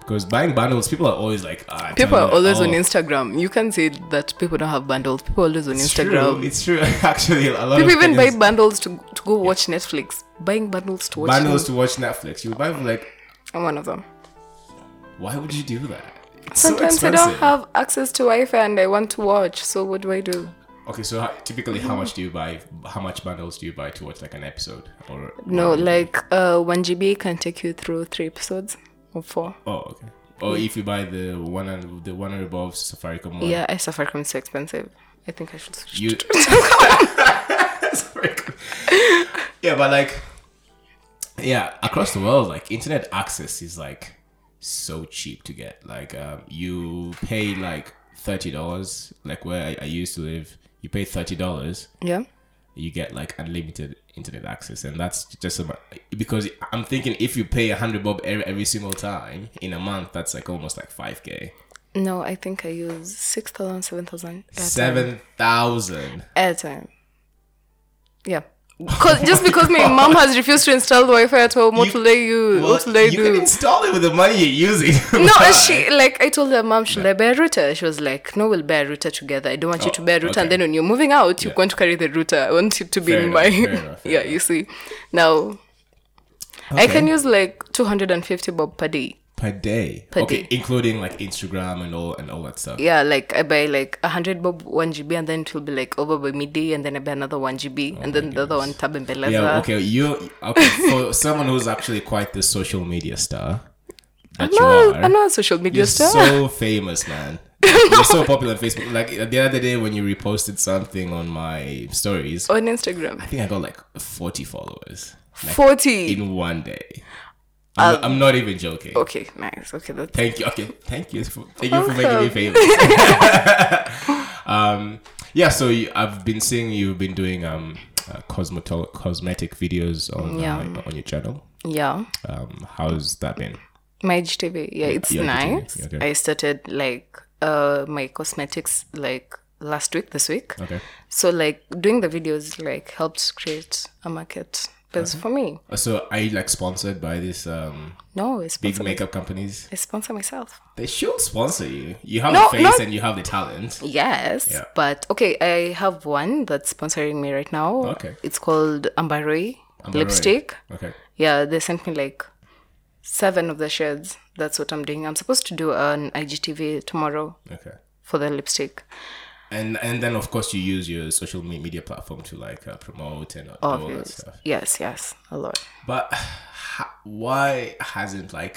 Because buying bundles, people are always like, ah, People tell are me, always on oh, Instagram. You can say that people don't have bundles. People are always on It's Instagram. True. It's true. Actually, a lot people of even buy Kenyans- bundles to to go watch Netflix. Buying bundles to watch bundles to watch Netflix. You buy them like, I'm one of them. why would you do that? It's so Sometimes I don't expensive. have access to Wi-Fi and I want to watch. So what do I do? Okay, so how, typically, how much do you buy? How much bundles do you buy to watch like an episode or? No, like uh, one GB can take you through three episodes or four. Oh, okay. Or if you buy the one and the one and above Safaricom one, Yeah, I suffer from it's so expensive. I think I should switch. you. Safaricom. yeah, but like, yeah, across the world, like internet access is like so cheap to get. Like, um, you pay like thirty dollars. Like where I, I used to live, you pay thirty dollars. Yeah. you get like unlimited internet access and that's just about because i'm thinking if you pay 100 bob every, every single time in a month that's like almost like 5k No, I think I use 6,000, 7,000 airtime. 7000 airtime. Yeah. Cause, just because my mom has refused to install the Wi-Fi at home, what You- will I use? well, what will I you can do? install it with the money you're using No, and she like I told her mom should I buy a router? She was like, No, we'll buy a router together. I don't want you Oh, to buy a router okay. and then when you're moving out you're Yeah. going to carry the router. I want it to be Fair in enough, my fair enough, fair Yeah, you see. Now I Okay. can use like two hundred and fifty bob per day. per day Per okay day. including like instagram and all and all that stuff Yeah, like I buy like hundred bob one GB and then it will be like over by midday and then I buy another one GB and then the other one tab and "Ah, Belaza. Oh yeah okay you okay for someone who's actually quite the social media star that I'm you not, are I'm not a social media You're star. so famous, man. You're so popular on Facebook. Like the other day when you reposted something on my stories, I on Instagram. think I got like 40 followers 40. in one day. Um, I'm, I'm not even joking. Okay, nice. Okay, that's Thank you. Okay, thank you. For, thank you for making me famous. um, yeah. So you, I've been seeing you've been doing um, uh, cosmetol- cosmetic videos on Yeah. uh, on your channel. yeah. Um, how's that been? My GTV. Yeah, it's yeah, GTV, nice. yeah, okay. I started like uh my cosmetics like last week, this week. Okay. So like doing the videos like helped create a market. Because Uh-huh. for me, Uh, So are you like sponsored by this um, no, I big sponsor, makeup companies? I sponsor myself. They should sponsor you. You have No, the face no. and you have the talent. Yes, Yeah. but okay, I have one that's sponsoring me right now. Okay. It's called Ambaroi Amber lipstick. Roy. Okay. yeah they sent me like seven of the shades that's what i'm doing i'm supposed to do an igtv tomorrow Okay. for the lipstick And and then of course you use your social me- media platform to like uh, promote and all all that Obvious. stuff. yes yes a lot But ha- why hasn't like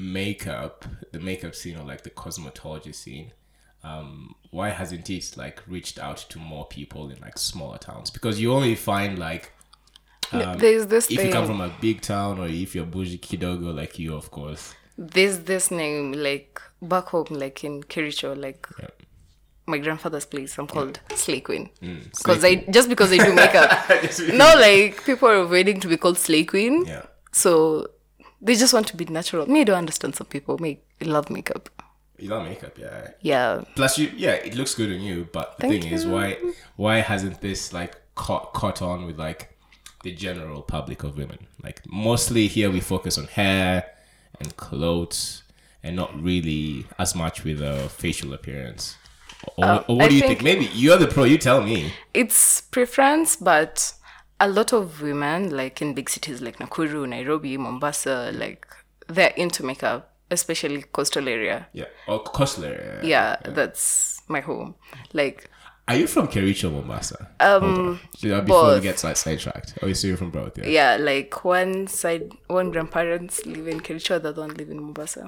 makeup, the makeup scene or like the cosmetology scene, um, why hasn't it like reached out to more people in like smaller towns? Because you only find like there's this Um, if you thing come from a big town or if you're bougie kidogo like you, of course. there's this name like back home like in kiricho like Yeah. my grandfather's place i'm called slay queen Mm, Slay because i just because i do makeup no like people are waiting to be called slay queen Yeah. so they just want to be natural me i don't understand some people make love makeup You love makeup, yeah. yeah Plus, you yeah, it looks good on you. But the Thank thing is, why why hasn't this like caught caught on with like the general public of women? Like mostly here we focus on hair and clothes, and not really as much with uh, facial appearance. Or, or what Oh, I do you think- think? Maybe you're the pro. You tell me. it's preference, but a lot of women, like in big cities like Nakuru, Nairobi, Mombasa, like they're into makeup, especially coastal area. Yeah. Or Kostler. Yeah, that's my home. Like Are you from Kericho, Mombasa? Um. Before we both. get side- sidetracked. Oh, so you're from both. Yeah. yeah, like one side, one grandparents live in Kericho, the other one live in Mombasa.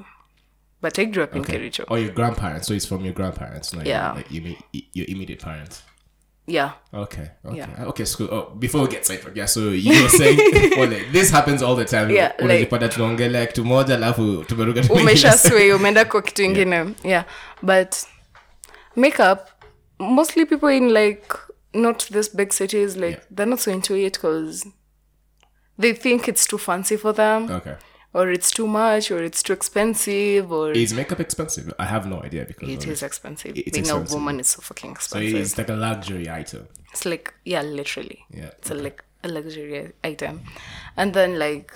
But I grew up in Kericho. Or Oh, your grandparents. So it's from your grandparents. Not Yeah. Your, like, your, imme- your immediate parents. Yeah, Okay. Okay. Yeah. Okay. So oh, before we get sidetracked, yeah. So you were saying well, like, this happens all the time. Yeah, Unajipata tunaongelea kitu moja alafu tumeruka tu umesha kwingine. sway, umeenda kwa kitu ingine. Yeah, but makeup mostly people in like not this big cities like Yeah. they're not so into it because they think it's too fancy for them Okay. or it's too much or it's too expensive or Is makeup expensive? I have no idea because it of- is expensive It's being expensive. a woman is so fucking So expensive it's like a luxury item. it's like yeah literally Yeah. it's a, like a luxury item and then like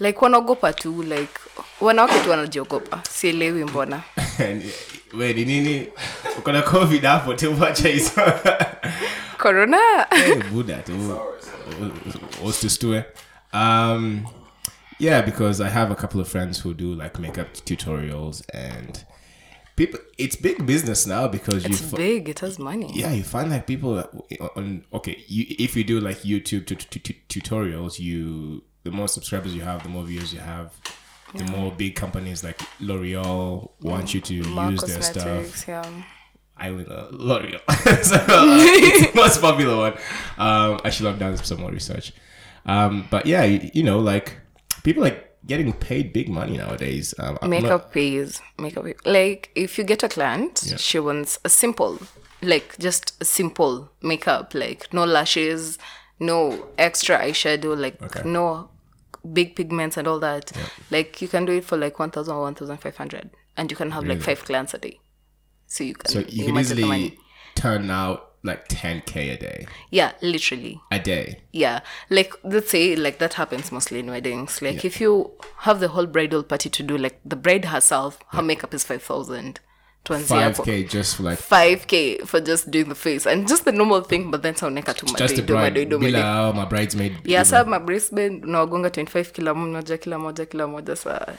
like wanaogopa tu like wanawake tu wanajiogopa sielewi mbona we ni nini uko na covid hapo tiuacha hizo corona Eh, buda tu ostustue um yeah because i have a couple of friends who do like makeup tutorials and people it's big business now because you it's fi- big it has money yeah you find like people that w- eh, on okay you if you do like youtube tut tut- tut- tutorials you the more subscribers you have the more views you have the more big companies like l'oreal want you to More use their stuff cosmetics, yeah. I will uh, L'Oreal. so, uh, it's the most popular one. Um, I should have done some more research. Um, but yeah, you, you know, like people are getting paid big money nowadays. Um, I'm not- makeup pays makeup like if you get a client she wants a simple like just a simple makeup like no lashes no extra eyeshaw like no big pigments and all that like you can do it for like 1000 or 1500 and you can have like five clients a day so you can, so you can imagine the money. easily turn out like 10k a day, yeah literally a day. yeah like let's say like that happens mostly in weddings like if you have the whole bridal party to do like the bride herself her makeup is 5000 tuanzia hapo. 5k just for like 5k for just doing the face and just the normal thing but then taoneka tu just a madoido bride. madoido Bila, madoido hao, my bridesmaid. yeah sa mabraceband unawagonga 25 kila mmoja kila moja kila moja sa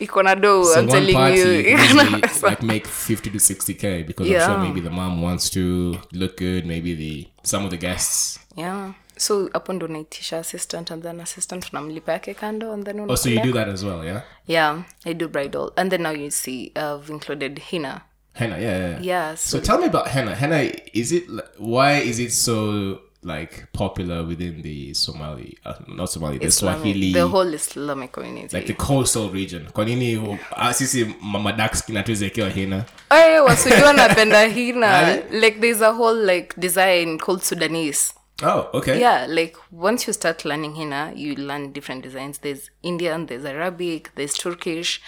iko na do So i'm one telling party you iko na usually, like make 50 to 60k because I'm Yeah. sure maybe the mom wants to look good. Maybe the some of the guests yeah so hapo ndo naitisha assistant and then assistant tunamlipa yake kando and then Oh, so you unakula. do that as well, yeah? yeah i do bridal and then now you see i've included henna Henna, yeah, yeah. yeah. yeah so So tell me about henna. Henna, is it li- why is it so like popular within the Somali, uh, not Somali, the Islamic- Swahili, the whole islamic community like the coastal region? Kwa nini hu- ah, sisi mama dark skin hatuwezi wekewa henna? Hey, waswahili wanapenda hina like there's a whole like design called sudanese Oh, okay. yeah like once you start learning hina you learn different designs there's indian there's arabic there's turkish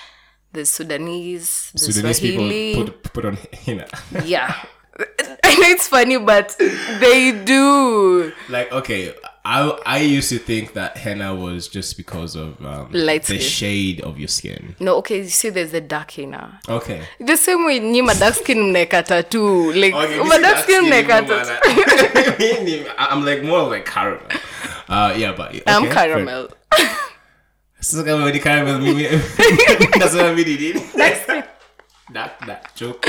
there's sudanese there's Sudanese swahili people put put on henna. yeah i know it's funny but they do like okay, I I used to think that henna was just because of um, Light the skin. shade of your skin. no okay you see there's the dark hina Okay. the same way nyi madaskin mnaeka tattoo like Okay, this is madaskin asking mnaeka you, tattoo Moana. Me and him, I- I'm like more of like caramel. Uh, yeah, but okay, i'm fair. caramel Sasa kama wewe ni caramel, mimi- nasema mimi ni nini? That- that joke.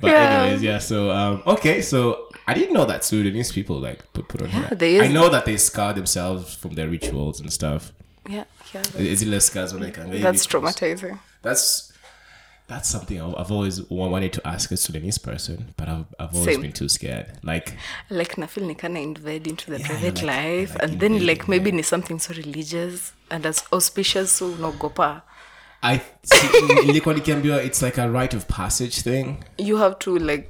But Yeah. anyways, yeah. So um, okay, so I didn't know that Sudanese people like put, put on. hair. they I is- know that they scar themselves from their rituals and stuff. yeah yeah Is it less scars when they can? that's traumatizing That's that's something I've I've always wa- wanted to ask a Sudanese person, but I've, I've always Same. been too scared. Like like nafil ni kana invade into the you're private like- life like and then like invading, maybe ni something so religious and as auspicious so unaogopa I see, nilikuwa nikiambiwa it's like a rite of passage thing. you have to like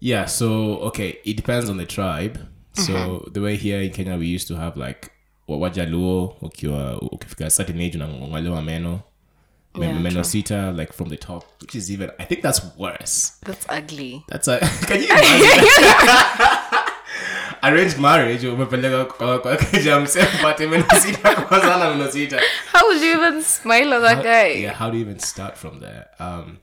Yeah, so okay, it depends on the tribe. So Mm-hmm. the way here in Kenya we used to have like wa- Wajaluo ukiwa ukifika a certain age unang'olewa meno. Me- Yeah, meno true. sita like from the top, which is even I think that's worse. that's ugly That's a can you imagine? Arranged marriage umepeleka kwa kwa kijana msee upate meno sita kwa sana meno sita. how would you even smile at that guy yeah how do you even start from there um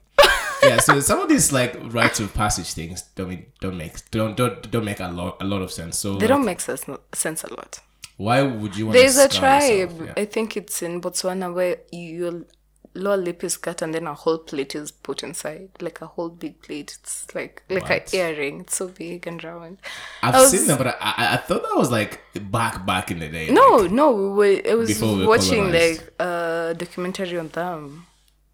yeah so some of these like rites of passage things don't mean- don't make don't don't don't make a lot a lot of sense so they like, don't make sense, sense a lot why would you want there's to a scar tribe yourself? i think it's in botswana where your lower lip is cut and then a whole plate is put inside like a whole big plate it's like like What? an earring it's so big and round Yeah. i've I was- seen them but I, I i thought that was like back back in the day No, no, we were, I was Before we were watching colonized. like a documentary on them.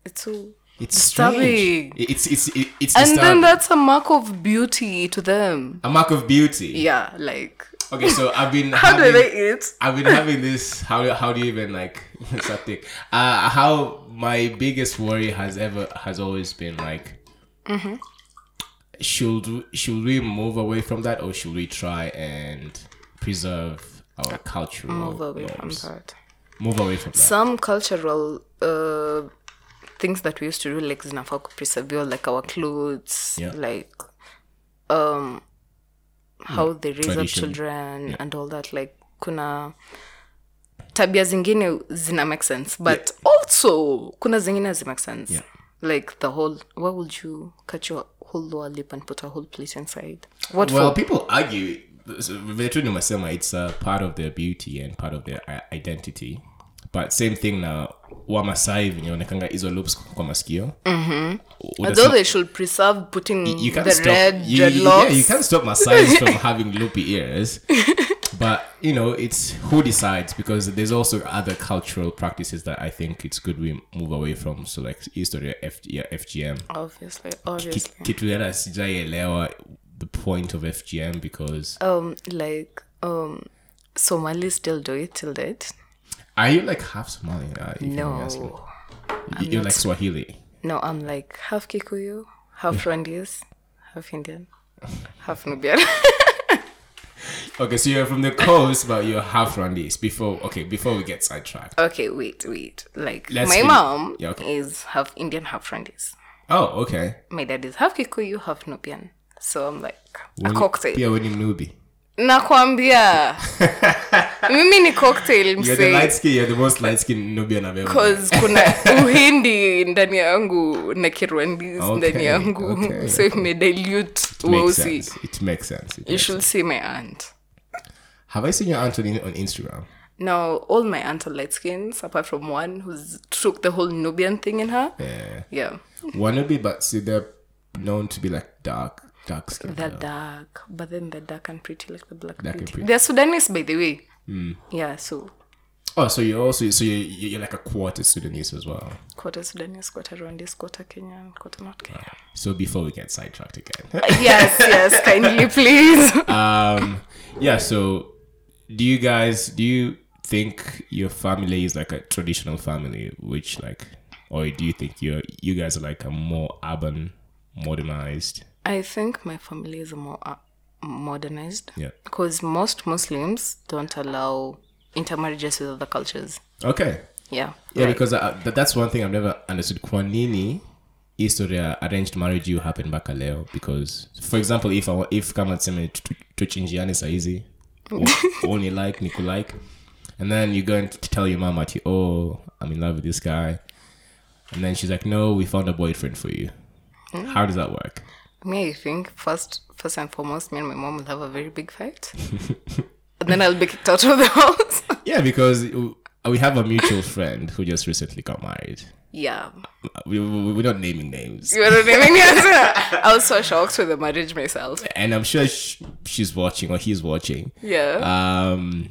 It's so. it's strange disturbing. It- it's it's it- it's And then disturbing. that's a mark of beauty to them. a mark of beauty Yeah, like okay so i've been how do having, they eat? I've been having this. How how do you even like something? Uh, how my biggest worry has ever has always been like, should should we move away from that or should we try and preserve our cultural Move away from norms? that. Move away from that. Some cultural uh, things that we used to do, like Zinafak preserve, like our clothes, Yeah. like um, how they raise up Tradition. children and all that. Like kuna tabia zingine zina make sense but also kuna zingine hazi make sense Yeah. like the whole why would you cut your whole lower lip and put a whole plate inside what Well, for people argue. Vetu Numasema, it's uh, part of their beauty and part of their i- identity. But same thing na wamasai vinaonekanga hizo loops kwa masikio mm-hmm. although they should preserve putting you can't the stop red you, you- yeah, dreadlocks you can't stop Masais from having loopy ears. But you know, it's who decides because there's also other cultural practices that I think it's good we move away from. So like history F, yeah, FGM. obviously Ki- obviously Kitu yana sijaielewa the point of FGM because um like um Somalis still do it till date are you like half Somali? Uh, if you no may ask me? You- you're like Swahili. No, I'm like half Kikuyu, half Rwandese, half Indian, half Nubian. Okay, so you're from the coast, but you're half Rwandese. Before okay, before we get sidetracked. okay, wait, wait. Like Let's my finish- mom Yeah, okay. is half Indian, half Rwandese. Oh, okay. My dad is half Kikuyu, half Nubian. So I'm like a When- cocktail. Pia wewe ni mnubi. Nakwambia. Mimi ni cocktail You're the msee. light skin. You're the most light skinned Nubian I've ever. met. Cause kuna uhindi ndani yangu na kirwandis ndani Okay, yangu okay, so imedilute Makes weusi sense. It makes sense. It you makes- should see my aunt Have I seen your Anthony on Instagram? Now, all my aunts are light skins, apart from one who's took the whole Nubian thing in her. Yeah. Yeah. One would be, but see, they're known to be like dark, dark skin. They're dark, but then they're dark and pretty, like the black Dark and beauty. pretty. Hmm. They're Sudanese, by the way. Yeah, so Oh, so you're also so you're, you're like a quarter Sudanese as well. quarter Sudanese, quarter Rwandese, quarter Kenyan, quarter not Kenyan. So before we get sidetracked again, yes, yes, kindly, please. um, yeah. So do you guys do you think your family is like a traditional family, which like, or do you think you are you guys are like a more urban, modernized? I think my family is more uh, modernized Yeah. because most Muslims don't allow intermarriages with other cultures. Okay. Yeah. Yeah, because I, that, that's one thing I've never understood. Kwa nini historia arranged marriage you happen back leo? Because, for example, if I wa- if kama tuseme tu- tuchinjiane saizi, o- only like ni kulike, and then you go and t- tell your mom at you, oh, I'm in love with this guy, and then she's like, no, we found a boyfriend for you. How does that work? Me, I think first, first and foremost, me and my mom will have a very big fight, and then I'll be kicked out of the house. Yeah, because w- we have a mutual friend who just recently got married. yeah, We, we, we're not naming names. you know what I mean. Yes. I was so shocked with the marriage myself. and I'm sure sh- she's watching or he's watching. Yeah, Um,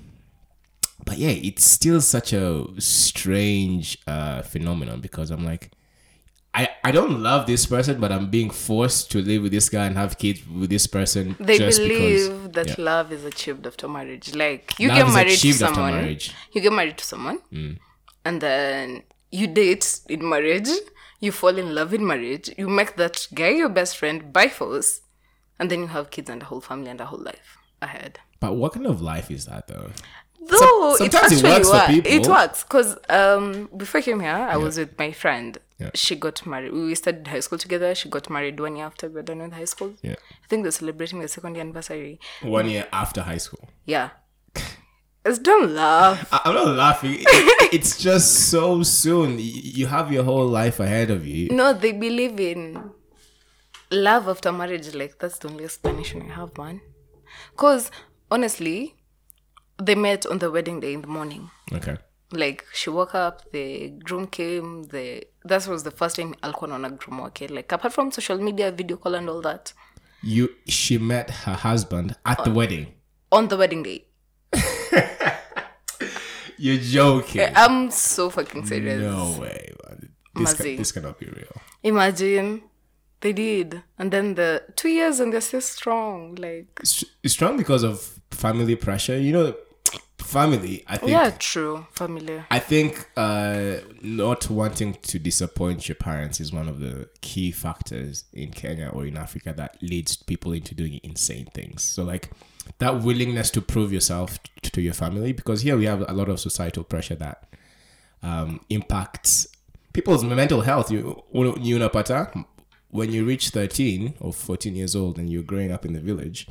but yeah, it's still such a strange uh, phenomenon because I'm like, I, I don't love this person, but I'm being forced to live with this guy and have kids with this person. they just believe because, that yeah. love is achieved after marriage. Like you Love get is married to achieved after someone, marriage. Mm. you get married to someone, and then you date in marriage. You fall in love in marriage. You make that guy your best friend by force, and then you have kids and a whole family and a whole life ahead. But what kind of life is that though? though Some- it sometimes actually it works works, for people. it works because um before i came here i was with my friend Yeah. she got married we studied high school together she got married one year after we were done with high school Yeah. i think they're celebrating the second year anniversary One year after high school. yeah it's don't laugh I, I'm not laughing. It- it's just so soon. Y- You have your whole life ahead of you. no they believe in love after marriage like that's the only explanation i have man because honestly they met on the wedding day in the morning Okay. like she woke up the groom came the that was the first time alikuwa naona groom wake like apart from social media video call and all that You she met her husband at Oh. the wedding. on the wedding day You're joking. i'm so fucking serious No way, man. This, ca- Mazi. this cannot be real. imagine they did and then the two years and they're still strong like It's, it's strong because of family pressure. You know, family. I think. yeah true family I think uh, not wanting to disappoint your parents is one of the key factors in Kenya or in Africa that leads people into doing insane things. So, like that willingness to prove yourself t- to your family, because here we have a lot of societal pressure that um, impacts people's mental health. You, you unapata when you reach 13 or 14 years old and you're growing up in the village,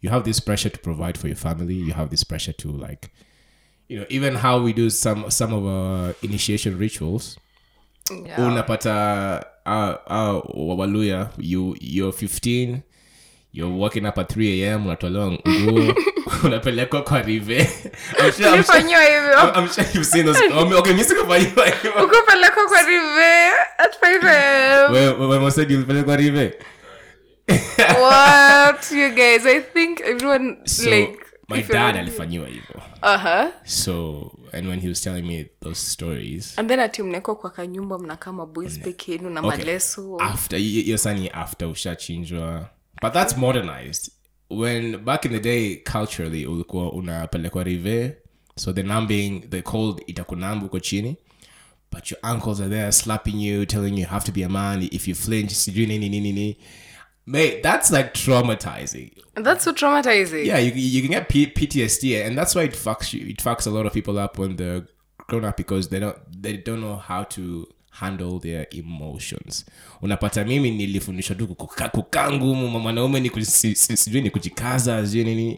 you have this pressure to provide for your family. You have this pressure to like you know even how we do some some of our initiation rituals Yeah. unapata uh, uh, waluya you you're 15 you're working up at 3 am unatolewa nguo unapelekwa kwa rive I'm sure- I'm sure- Ulifanyiwa hivyo I'm sure you've seen those. Oh, Okay, mi sikufanyiwa hivyo. ukupelekwa kwa rive at 5 am Wewe- wewe Mosedi, ulipelekwa rive what you guys i think everyone so like my if you're- dad alifanyiwa hivyo uh-huh. so and when he was telling me those stories and then ati mnaekwa kwa kanyumba mnakaa maboys peke yenu na Okay. Ah. maleso after y- your son ni after ushachinjwa but that's modernized when back in the day culturally ulikuwa unapelekwa rive so the numbing the cold itakunamba uko chini but your uncles are there slapping you telling you you have to be a man if you flinch sijui nini nini nini mate that's like traumatizing that's so traumatizing yeah you, you can get P- ptsd and that's why it fucks you it fucks a lot of people up when they're grown up because they don't they don't know how to handle their emotions unapata mimi nilifundishwa tu kukaa kukaa ngumu ma- mwanaume ni kuji- si- si- sijui ni kujikaza sijui nini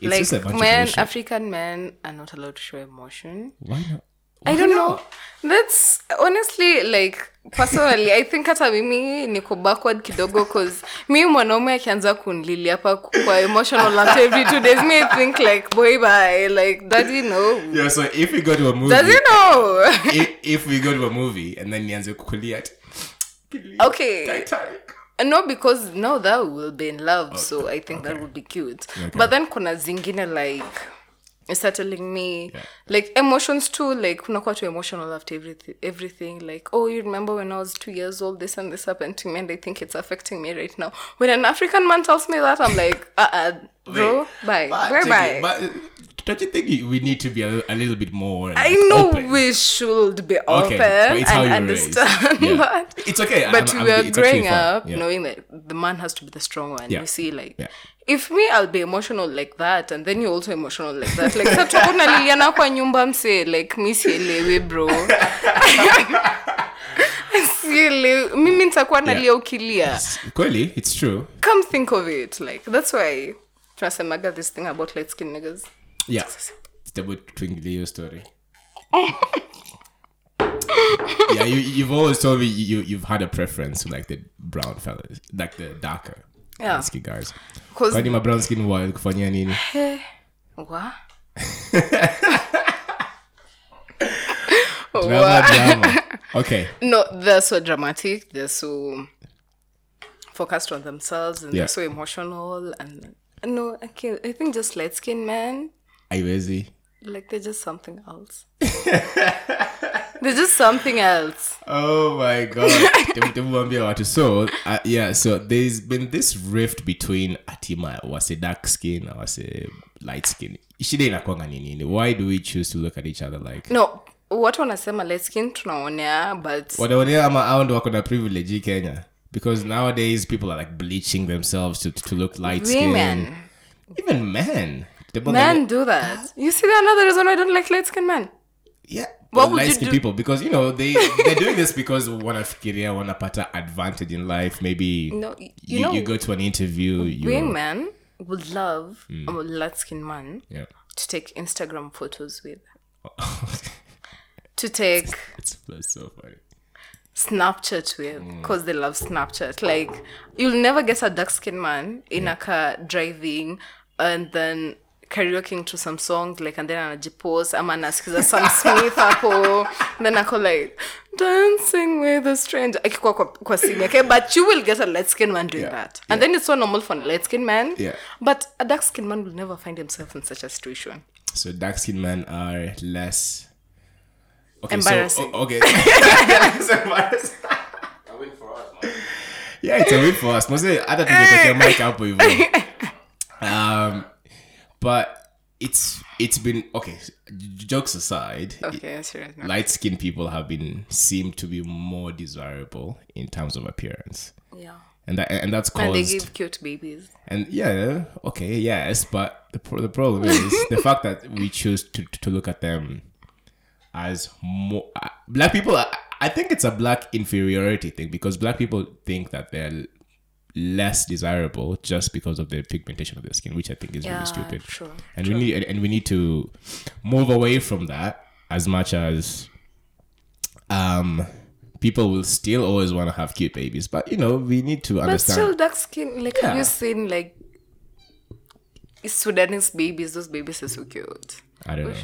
it's just a like bunch men of bullshit. african men are not allowed to show emotion why not I don't know. That's honestly like personally I think hata mimi niko backward kidogo cause mi mwanaume akianza kunlili hapa kwa emotional after every two days me I think like boy bye like daddy no yeah so if we go to a does movie he know if, if we go to a movie and then nianze kukulia ati, okay Titanic. no because now that we will be in love Oh, so I think that would be cute but then kuna zingine like it's settling me like emotions too like unakuwa too emotional after everything everything like oh you remember when i was two years old this and this happened to me and i think it's affecting me right now when an african man tells me that i'm like uh-uh bro bye But bye take bye it- but, uh, don't you think you- we need to be a, a little bit more i know open? we should be open Okay, but it's how you were and raised. understand Yeah. but It's okay. I'm- but I'm- we are it's actually growing fine. up Yeah. knowing that the man has to be the strong one. Yeah. You see, like Yeah. if me, I'll be emotional like that, and then you're also emotional like that. Like that, naliliana kwa nyumba mse, like mi sielewi bro. Sielewi. Mimi nitakuwa nalia ukilia. Kweli, it's true. Come think of it, like that's why tunasemaga this thing about light skin niggas. Yeah. It's about Twinglio story. yeah, you, you've always told me you, you've had a preference to like the brown fellas, like the darker Yeah. skin guys. Cause Kwani ma brown skin wa kufanyia nini? what? Drama, drama. Okay. no they're so dramatic they're so focused on themselves and Yeah. they're so emotional and no i can't i think just light skinned men Aiwezi. like they're just something else they're just something else Oh my god. Dem- demwambia watu. So, uh, yeah, so there's been this rift between atima wase dark skin na wase light skin. Shida inakwanga ni nini? Why do we choose to look at each other like no watu wanasema light skin tunaonea but wanaonea ama hao ndo wako na privilege hii kenya because nowadays people are like bleaching themselves to, to look light skin women even men The- but men do that you see that another reason why i don't like light skinned men yeah What would light you skin do- people because you know they they're doing this because wanafikiria wanapata advantage in life maybe no you, you, know you go to an interview you Hmm. women would love a light skinned man yeah to take instagram photos with to take it's that's so funny Snapchat with because they love Snapchat. Like you'll never get a dark skinned man in a car driving and then karaokeing to some songs like and then anajipost ama anasikiza some smith hapo then ako like dancing with a stranger akikuwa kwa, kwa simu yake but you will get a light skinned man doing that and then it's so normal for a light skinned man Yeah. but a dark skinned man will never find himself in such a situation so dark skinned men are less okay, Embarrassing. So, o- okay. It's embarrassing. A win for us, man. yeah, it's a win for us. Mostly, hata tungepokea mic hapo hivyo. Um, but it's it's been okay. j- Jokes aside, okay serious now. light skinned people have been seem to be more desirable in terms of appearance, yeah and that and that's and they caused give cute babies and yeah, okay, yes, but the pro- the problem is the fact that we choose to to look at them as more uh, black people. I, I think it's a black inferiority thing because black people think that they're less desirable just because of the pigmentation of their skin, which I think is Yeah, really stupid. true, And we need and, and we need to move away from that as much as um people will still always want to have cute babies, but you know we need to But understand. still, dark skin. Like, have Yeah. you seen like Sudanese babies? Those babies are so cute. I don't know.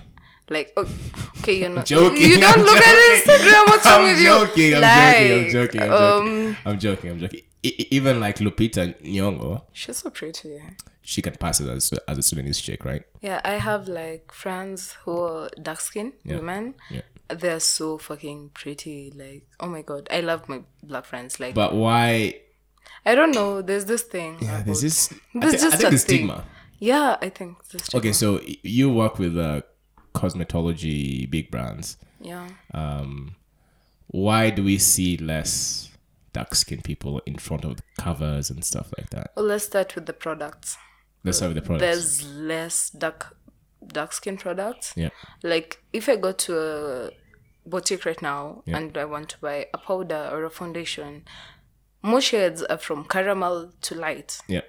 Like, oh, okay, you're not Joking, You don't I'm look at joking. Instagram. What's wrong I'm with you? joking, I'm joking. I'm Like, um, joking. I'm joking. I'm joking. I'm joking. E- e- Even like Lupita Nyong'o, She's so pretty. she can pass it as, as a Sudanese chick, right? Yeah, I have like friends who are dark skinned women. Yeah. They're so fucking pretty. Like, oh my god, I love my black friends. Like, But why? I don't know. There's this thing. Yeah, there's about- this. I, There's thi- I just think a the stigma. Thing. Yeah, I think. The stigma. Okay, so y- you work with uh, cosmetology big brands. Yeah. Why do we see less dark skinned people in front of covers and stuff like that? Well, let's start with the products. Let's start with the products. There's less dark dark skin products. Yeah, Like if I go to a boutique right now and I want to buy a powder or a foundation, most shades are from caramel to light. yeah,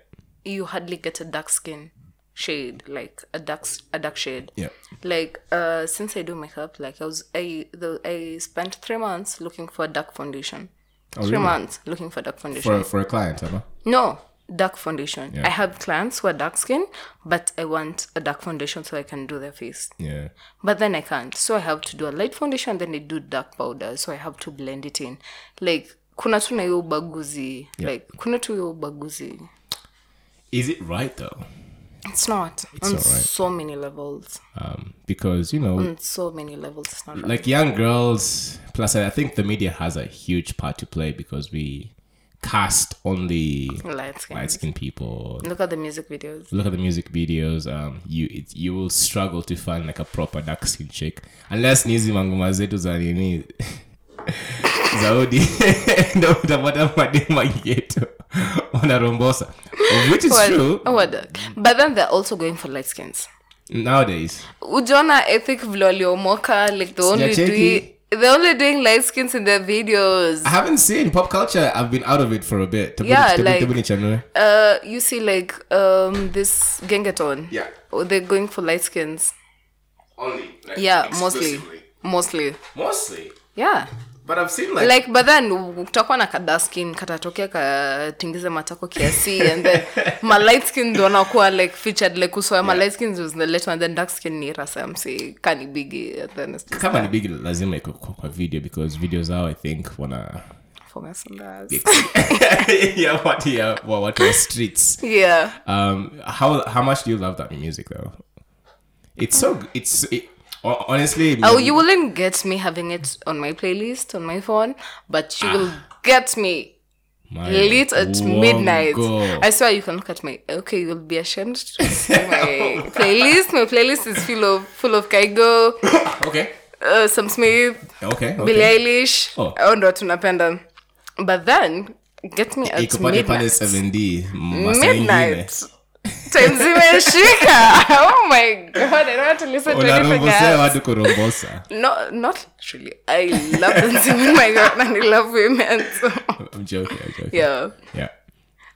You hardly get a dark skin shade, like a dark s- a dark shade. yeah. Like uh, since I do makeup, like I was I the, I spent three months looking for a dark foundation. Three Oh, really? months looking for a dark foundation. For, for a client, Emma. No, dark foundation. I have clients who are dark skin, but I want a dark foundation so I can do their face. Yeah, But then I can't. So I have to do a light foundation, then I do dark powder. So I have to blend it in. Like, kuna tu na hiyo ubaguzi. Like, kuna tu hiyo ubaguzi. is it right though? It's not. on not right. so many levels. Um, because you know, On so many levels, it's not right. like young girls plus i think the media has a huge part to play because we cast only Light skin. light skinned people Look at the music videos. look at the music videos um you it, you will struggle to find like a proper dark skinned chick unless nizi mangoma zetu za nini zaudi ndo utapata mademu wa ghetto wanarombosa which is What- true what- Oh, But then they're also going for light skins. nowadays ujaona ethic vile waliomoka like they only Sijacheki. doing they're only doing light skins in their videos i haven't seen pop culture i've been out of it for a bit Tebu- Yeah, tebu- like- tebu nichanue. uh you see like um this gengeton Yeah. oh, they're going for light skins only like, yeah mostly exclusively. mostly mostly yeah But I've seen like but then utakuwa na kadaskin katatokea katingize matako kiasi and then ma light skin ndo wanakuwa like featured like uso ya ma light skins was the late one then dark skin ni rasamsi kanibigi and then it's just kama ni big lazima iko kwa kwa video because videos zao i think wana for mess and us. yeah what yeah well, what are streets yeah um how how much do you love that music though it's so g- it's it, ho- honestly Oh, music- you wouldn't get me having it on my playlist on my phone, but you will get me my late at wongo. midnight. I swear you can look at my okay, you'll be ashamed to see my playlist. My playlist is full of full of Kaigo, okay uh, Sam Smith, okay, okay. Billie Eilish. Oh. Oh ndo tunapenda. But then get me at ikupate pale midnight. 7d masaa ingine. Midnight. Time zimeshika. Oh my god, I don't want to listen to anything unarombosea else. watu kurombosa No, not literally. I love consuming my god and I love women. So, I'm joking, I'm joking. yeah. yeah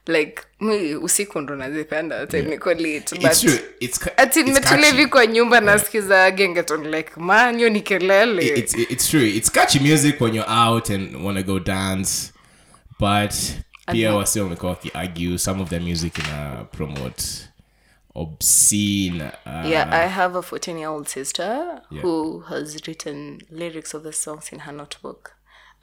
Like, mi usiku ndo nazipenda time niko late. it's true But it's ca- ati it's nimetulia catchy. hivi kwa nyumba nasikiza gengeton like man yo ni kelele. It- it's it- it's true. It's catchy music when you're out and want to go dance, but Pierre was still McCarthy argue some of their music in uh, promote obscene. Uh, yeah, I have a 14 year old sister Yeah. who has written lyrics of the songs in her notebook.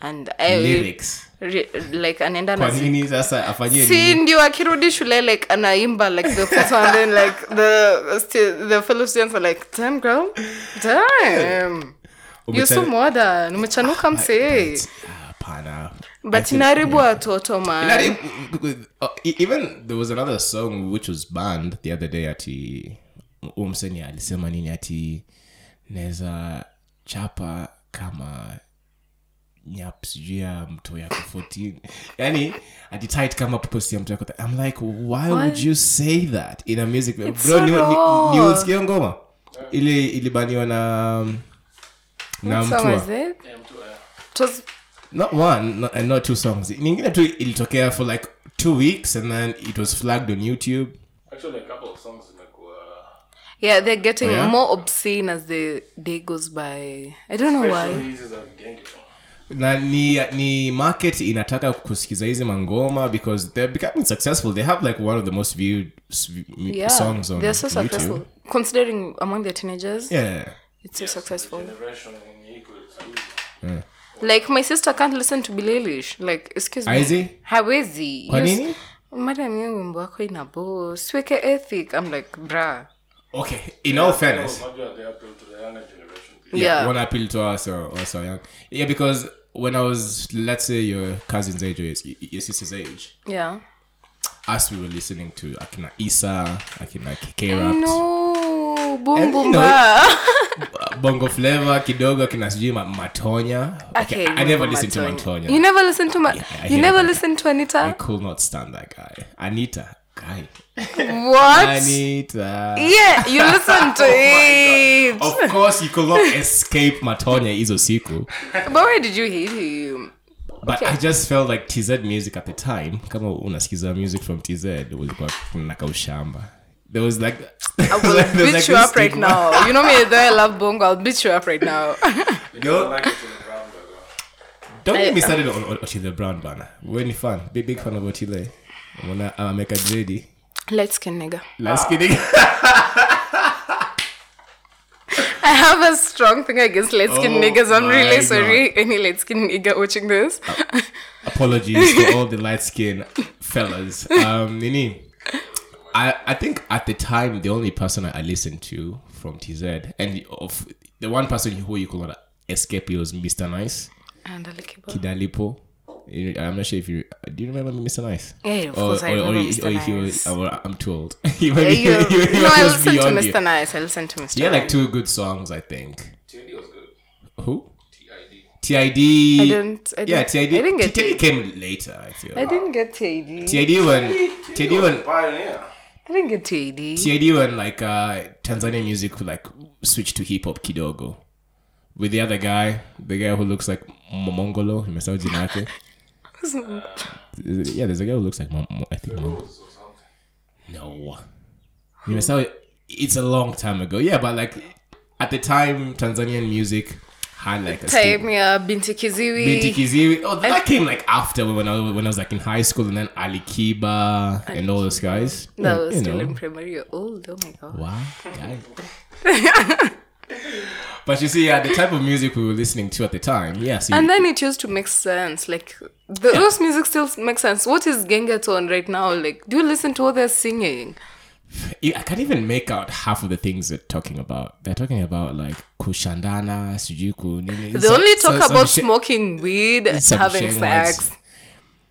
And I lyrics. Re, like anaenda Kwa na nini sasa afanyie si nini? ndio akirudi shule like anaimba like the first one then like the sti- the fellow students are like damn girl damn you're so Umecha- modern umechanuka msee Ah, Hapana. I but think- inaharibu watoto man Inari- uh, e- Even there was another song which was banned the other day ati umseni alisema nini ati naweza chapa kama nyap sijui ya mtu yako 14 yani atitit kama poposi ya mtu yako i'm like why would you say that in a music video? so ni- ni- raw. ni usikia ngoma ili ilibaniwa na na What song mtua was it? Yeah, I'm too, uh, It was- not one not, and not two songs nyingine tu ilitokea for like two weeks, and then it was flagged on YouTube. Actually, a couple of songs zimekuwa Yeah, they're getting Oh, yeah? more obscene as the day goes by. I don't know Especially why. hizi za vigenge. na ni, ni market inataka kusikiza hizi mangoma because they're becoming successful they have like one of the most viewed s- m- Yeah, songs on they're so YouTube. successful. Considering among their teenagers, yeah it's so successful. Generation yenye iko sahizi. Like my sister can't listen to Billie Eilish. Like, excuse me. Haizi? Hawezi. Kwa Yes. nini? Madam, hiyo wimbo wako ina bore. Siweke ethic. I'm like, bruh. okay in all fairness Oh, Unajua they appeal to the younger generation. pia. Yeah. one appeal to us or, or so young yeah because when i was let's say your cousin's age or your, your sister's age Yeah. us we were listening to akina isa akina k No. Boom, And, boom, you know, ba. bongo flavor kidogo akina sijui ma- matonya okay, i, I never remember listened to matonya You never listen to Ma- I You hear never about listen to i Anita. could not stand that guy anita guy What? Anita. Oh Yeah, you listen to it. Of course, you could not escape Matonya Izosiku. But why did you hate him? But I just felt like TZ music at the time. Kama unasikiza music from TZ, ulikuwa kuna kaushamba. There was like... I will there was beat like you this up right stigma. now. You know me, though I love Bongo. I'll beat you up right now. No, I like it in the ground, though. don't get me started on on Otile Brown bana. We're any fan. Big, big fan of Otile. uh, Mwana ameka Jedi. Let's skin nigga. Last kidding. I have a strong thing against light skin Oh niggas. I'm my really God. Oh. sorry. Any light skin nigga watching this. apologies to all the light skinned fellas. Um, Nini, I, I think at the time, the only person I, I listened to from TZ, and of the one person who you could not escape it was Mr. Nice, and I like it. Kidalipo. You- I'm not sure if you do you remember Mr. Nice? Yeah, of course, I remember Mr. he was- Nice. or I'm too old. He maybe- You, he maybe no, I was listen to beyond you. Mr. Nice. I listen to Mr. He had like Nice. two good songs, I think. TID was good. Who? TID. TID. I don't. I yeah, didn't- TID. I didn't get TID TID. came later, I feel. I didn't get TID. TID when TID when Pioneer. I didn't get TID. TID when like uh, Tanzanian music would like switch to hip hop kidogo with the other guy, the guy who looks like M- Mongolo, himself Jinake. yeah, there's a guy who looks like Mon- Mon- I think Mon- Or something. no. Himself, it's a long time ago. Yeah, but like at the time, Tanzanian music had like a Time yeah, Binti Kiziwi. Binti Kiziwi. Oh, that came like after when I was, when I was like in high school, and then Ali Kiba and all those guys. That Yeah, was you still know. in primary. You're old. Oh my god. Wow, guys. but you see, yeah, the type of music we were listening to at the time, yes, you, And then it used to make sense. Like the, those music still makes sense. What is Gengaton right now? Like, do you listen to what they're singing? you- I can't even make out half of the things they're talking about. They're talking about like kushandana, sujuku. nini- They some- only some- talk some about shit- smoking weed and some having shame sex.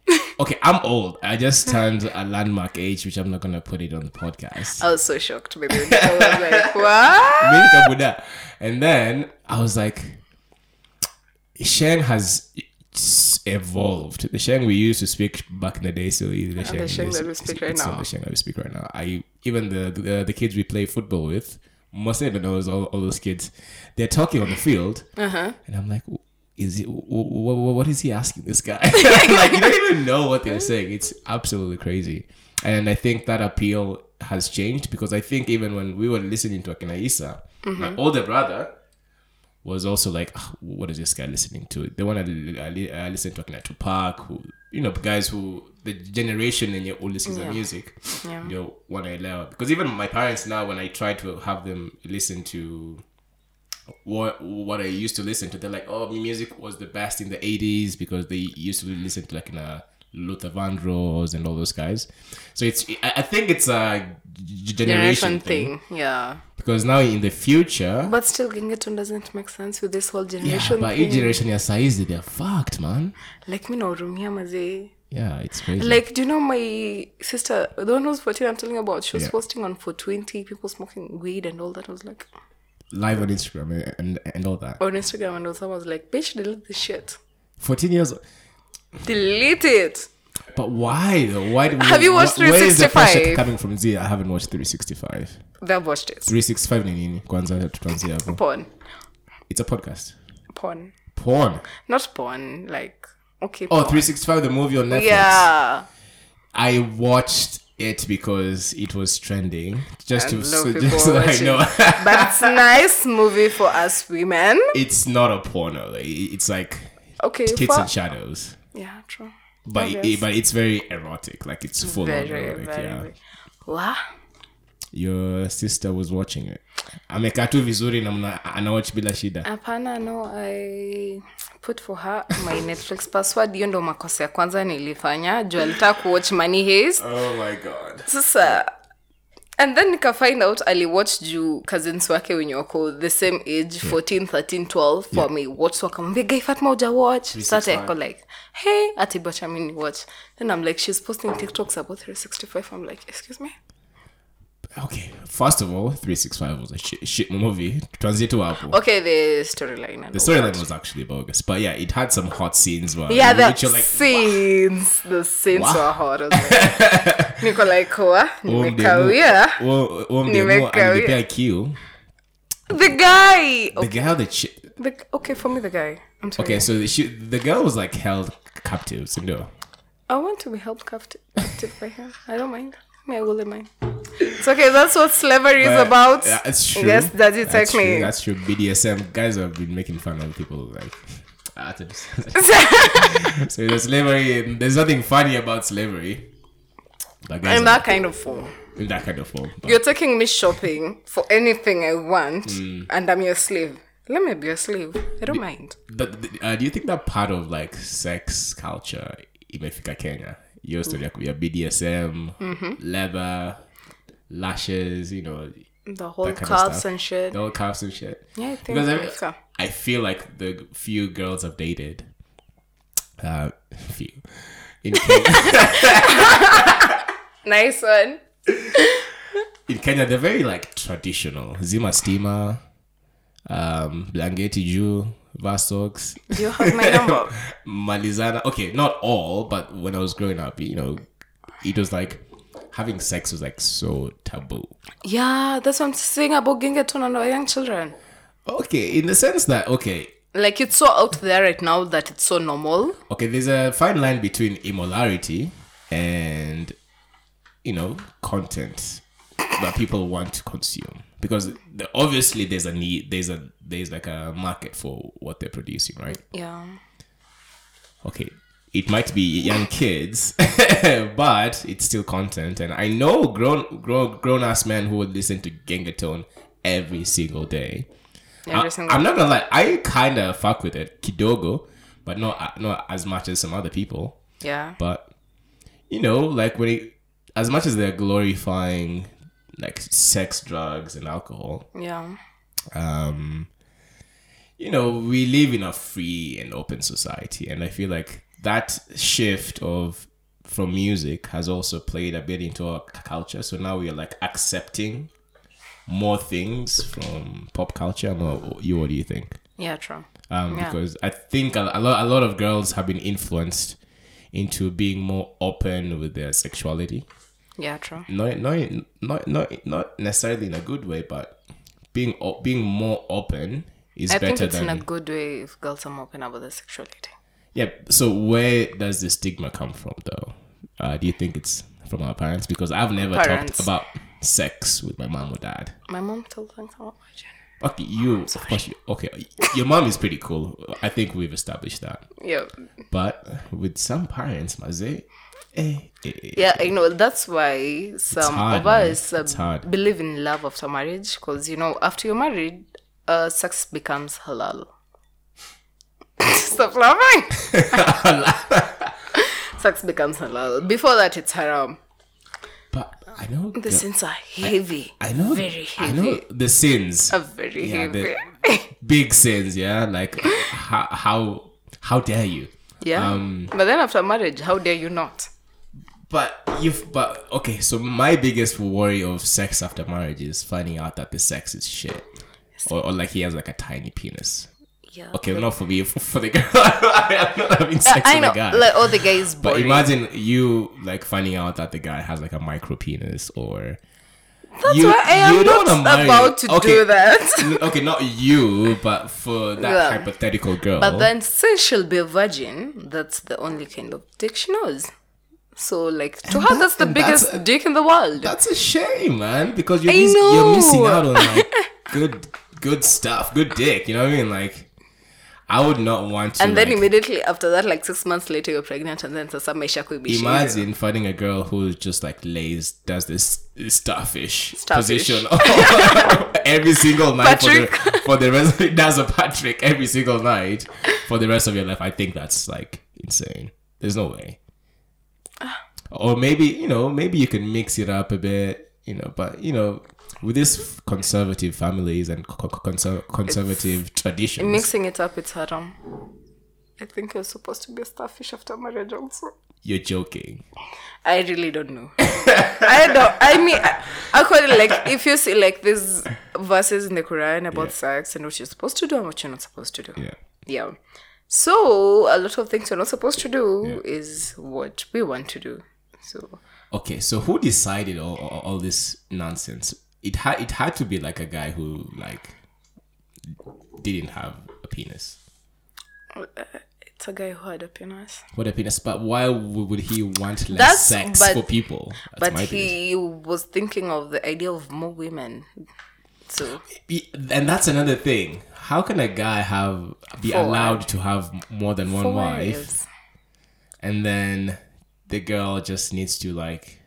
words. Okay, I'm old. I just turned a landmark age, which I'm not gonna put it on the podcast. I was so shocked, baby. I was like, what? Mimi Kabuda. And then I was like, Sheng has evolved. The Sheng we used to speak back in the day, so the Sheng, Sheng that we is- speak right it's not now. the Sheng that we speak right now. I even the the, the kids we play football with, most of those all, all those kids, they're talking on the field, Uh-huh. and I'm like. Is it, w- w- what is he asking this guy? like you don't even know what they're saying. It's absolutely crazy, and I think that appeal has changed because I think even when we were listening to Akina Issa, my older brother, was also like, "Ah, what is this guy listening to? The one I, li- I, li- I listened to, like, Tupac, who, you know, guys who, the generation and your who listens to music, Yeah. you know, want to allow. Because even my parents now, when I try to have them listen to what what I used to listen to, they're like, oh, music was the best in the 80s because they used to listen to, like, in a Luther Vandross and all those guys. So it's, I I think it's a g- generation Generation thing. thing. Yeah. Because now in the future, But still, Gengaton doesn't make sense with this whole yeah, generation but thing. each generation ya saizi they're fucked man like, me no room here, mazee. yeah it's crazy Like, do you know my sister, the one who's 14, I'm telling you about, she was Yeah. posting on 420, people smoking weed and all that. I was like, live on instagram and, and and all that on Instagram, and someone was like, bitch, delete this shit. 14 years old. Delete it. but why though why do we, Have you watched wh- where is the pressure 365? coming from z i haven't watched 365 They've watched it. 365 ni nini kwanza tuanzie hapo Porn. it's a podcast Porn. porn Not porn, like, okay. oh porn. 365 the movie on netflix Yeah. I watched it because it was trending. Just to And no so, people just so that I watching. know, but it's nice movie for us women. it's not a porno. Like, it- it's like Okay, tits for- and shadows, yeah, true. but it- Obvious. but it's very erotic. Like it's full on Very, erotic. yeah. very. Wow. Your sister was watching it. Amekaa tu vizuri na mna- anawatch bila shida. Hapana, no, I put for her my Netflix password. Hiyo ndo makosa ya kwanza nilifanya juu alitaka kuwatch Money Heist. Oh my god. sasa and then nika find out aliwatch juu cousins wake wenye wako the same age 14 13 12 for me watch wakamwambia gai fatma uja watch sasa yako like hey atibacha mini watch then i'm like she's posting tiktoks about 365 i'm like excuse me Okay. First of all, 365 was a shit, shit movie. Tuanzie tu hapo. okay the storyline and The all storyline that. was actually bogus, but yeah, it had some hot scenes where yeah which the you're like, scenes the scenes Wow. were horrible niko like wa "Oh, mdemu, nimekawia oh, oh, mdemu, Nimekawia. alinipea kiu." the guy Oh, The girl that she, the, okay for me the guy i'm sorry okay, so she, the girl was like held captive, so no. I want to be held captive, captive by him. I don't mind. Me, I wouldn't mind. It's okay. That's what slavery is But, about. Uh, yeah, it's true. Yes, does it that's take me? True, that's true. BDSM guys have been making fun of people like. ah, to this- so the slavery, there's nothing funny about slavery. But guys In are- that kind of form. in that kind of form. But You're taking me shopping for anything I want, Hmm. and I'm your slave. Let me be your slave. I don't mind. But th- uh, do you think that part of like sex culture imefika Kenya? Your story, like, your BDSM, Mm-hmm. leather, lashes, you know, The whole that kind of cups stuff. and shit. the whole cuffs and shit. Yeah, I think because I, America. I feel like the few girls I've dated, uh, few in Kenya, Nice one. in Kenya they're very like traditional. Zima steamer, um, blanketi juu, vasox. Do you have my number? Malizana. Okay, not all, but when I was growing up, you know, it was like having sex was like so taboo. yeah, that's what I'm saying about Gengetun and our young children. Okay, in the sense that okay, Like, it's so out there right now that it's so normal. okay, there's a fine line between immorality and you know content that people want to consume because the, obviously there's a need, there's a there's like a market for what they're producing, right? Yeah. okay, it might be young kids, but it's still content. And I know grown grown grown ass men who would listen to Gengatone every single day. Every I, single am not gonna lie, I kind of fuck with it, kidogo, but not not as much as some other people. Yeah. But you know, like when it, as much as they're glorifying like sex, drugs, and alcohol, Yeah. um, you know, we live in a free and open society, and I feel like that shift of from music has also played a bit into our c- culture. So now we are like accepting more things from pop culture. Or you, what do you think? Yeah, true. Um, Yeah. Because I think a, a lot, a lot of girls have been influenced into being more open with their sexuality. Yeah, true. not not not not not necessarily in a good way, but being o- being more open is I think better it's than in a good way if girls are open about their sexuality. yeah. So where does the stigma come from, though? Uh, do you think it's from our parents? Because I've never Parents. talked about sex with my mom or dad. My mom still thinks I'm a virgin. Okay, you of course. You, okay, your mom is pretty cool. I think we've established that. Yeah, But with some parents, maze, eh, eh, eh, yeah, I know. That's why some hard, of man. us It's uh, hard. believe in love after marriage because you know after you're married, uh, sex becomes halal. Stop laughing. eh. sex becomes halal. Before that, it's haram. but I know The the- sins are heavy. I know very I heavy. know the sins. Are very Yeah, heavy. the- big sins yeah like how how, how dare you yeah. um, but then after marriage, how dare you not? but you've but okay so my biggest worry of sex after marriage is finding out that the sex is shit or, or like he has like a tiny penis Yeah. okay not for me for, for the girl i'm not having Oh, sex Oh, I with know. the guy Like, all the guys. but boring. imagine you like finding out that the guy has like a micro penis or That's why I am don't wanna not marry- about to okay, do that. okay not you but for that Yeah. hypothetical girl But then since she'll be a virgin, that's the only kind of dick she knows. So like to her, that's the and that's biggest a- dick in the world. That's a shame, man, because you're, I miss- you're know. missing out on like good good stuff, good dick. You know what I mean? Like, I would not want to. And then like, immediately after that, like six months later, you're pregnant, and then sasa maisha yako imeisha hivyo. imagine finding a girl who just like lays does this starfish, Starfish. position every single night for the, Patrick. for the rest. does a Patrick every single night for the rest of your life. I think that's like insane. There's no way. Ah. Or maybe you know, maybe you can mix it up a bit, you know. But you know, with these conservative families and co- co- conser- conservative traditions, Mixing it up, it's haram. I think you're supposed to be a starfish after marriage also. you're joking. I really don't know. I don't. I mean, I- according like if you see like these verses in the Quran about sex and what you're supposed to do and what you're not supposed to do. Yeah. Yeah. So a lot of things you're not supposed to do is what we want to do. So Okay, so who decided all, all, all this nonsense? It had it had to be like a guy who like didn't have a penis. uh, it's a guy who had a penis. What a penis! But why w- would he want less That's- sex but- for people? That's but my opinion. he was thinking of the idea of more women. So Be- and that's another thing. How can a guy have be Four. allowed to have more than one four wife, wives. and then the girl just needs to like?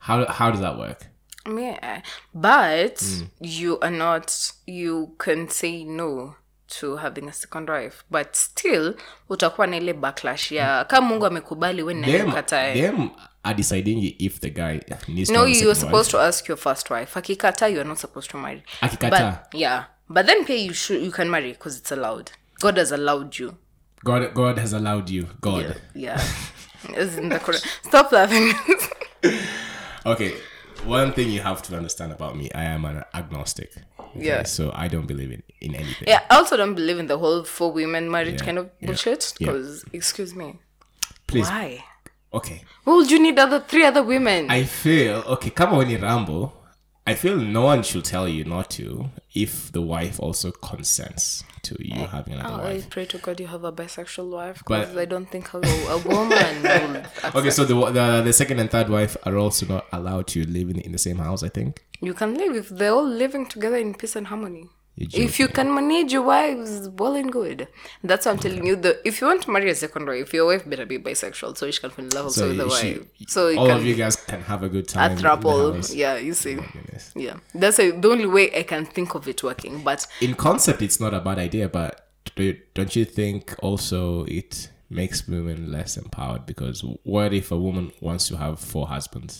How how does that work? Yeah, but Mm. you are not. You can say no to having a second wife, but still utakuwa na ile backlash Mm. ya kama Mungu amekubali Them, wewe nayekatae. them are deciding if the guy needs to. No, have a you're second wife. supposed to ask your first wife. Akikataa, you are not supposed to marry. Akikataa. But, yeah, but then pay you should you can marry because it's allowed. God has allowed you. God, God has allowed you. God. Yeah. Is in the Quran. Stop laughing. Okay. One thing you have to understand about me, I am an agnostic. Okay? Yeah. So I don't believe in, in anything. yeah, I also don't believe in the whole for women marriage Yeah, kind of yeah, bullshit. yeah. Because excuse me, Please. why? Okay. Why would you need other three other women? I feel okay, come on Rambo. I feel no one should tell you not to if the wife also consents to you having another Oh, I wife. pray to God you have a bisexual wife But- because I don't think a, a woman will accept. Okay, so the, wa- the the second and third wife are also not allowed to live in, in the same house, I think. You can live if they're all living together in peace and harmony. You're If you can manage your wives, well and good. That's what I'm telling you. The if you want to marry a second wife, your wife better be bisexual so she can fall in love also with the she- wife. So you all can of you guys can have a good time. a in the throuple. house. Yeah, you see. Goodness. Yeah, that's a, the only way I can think of it working. But in concept it's not a bad idea but do- don't you think also it makes women less empowered because what if a woman wants to have four husbands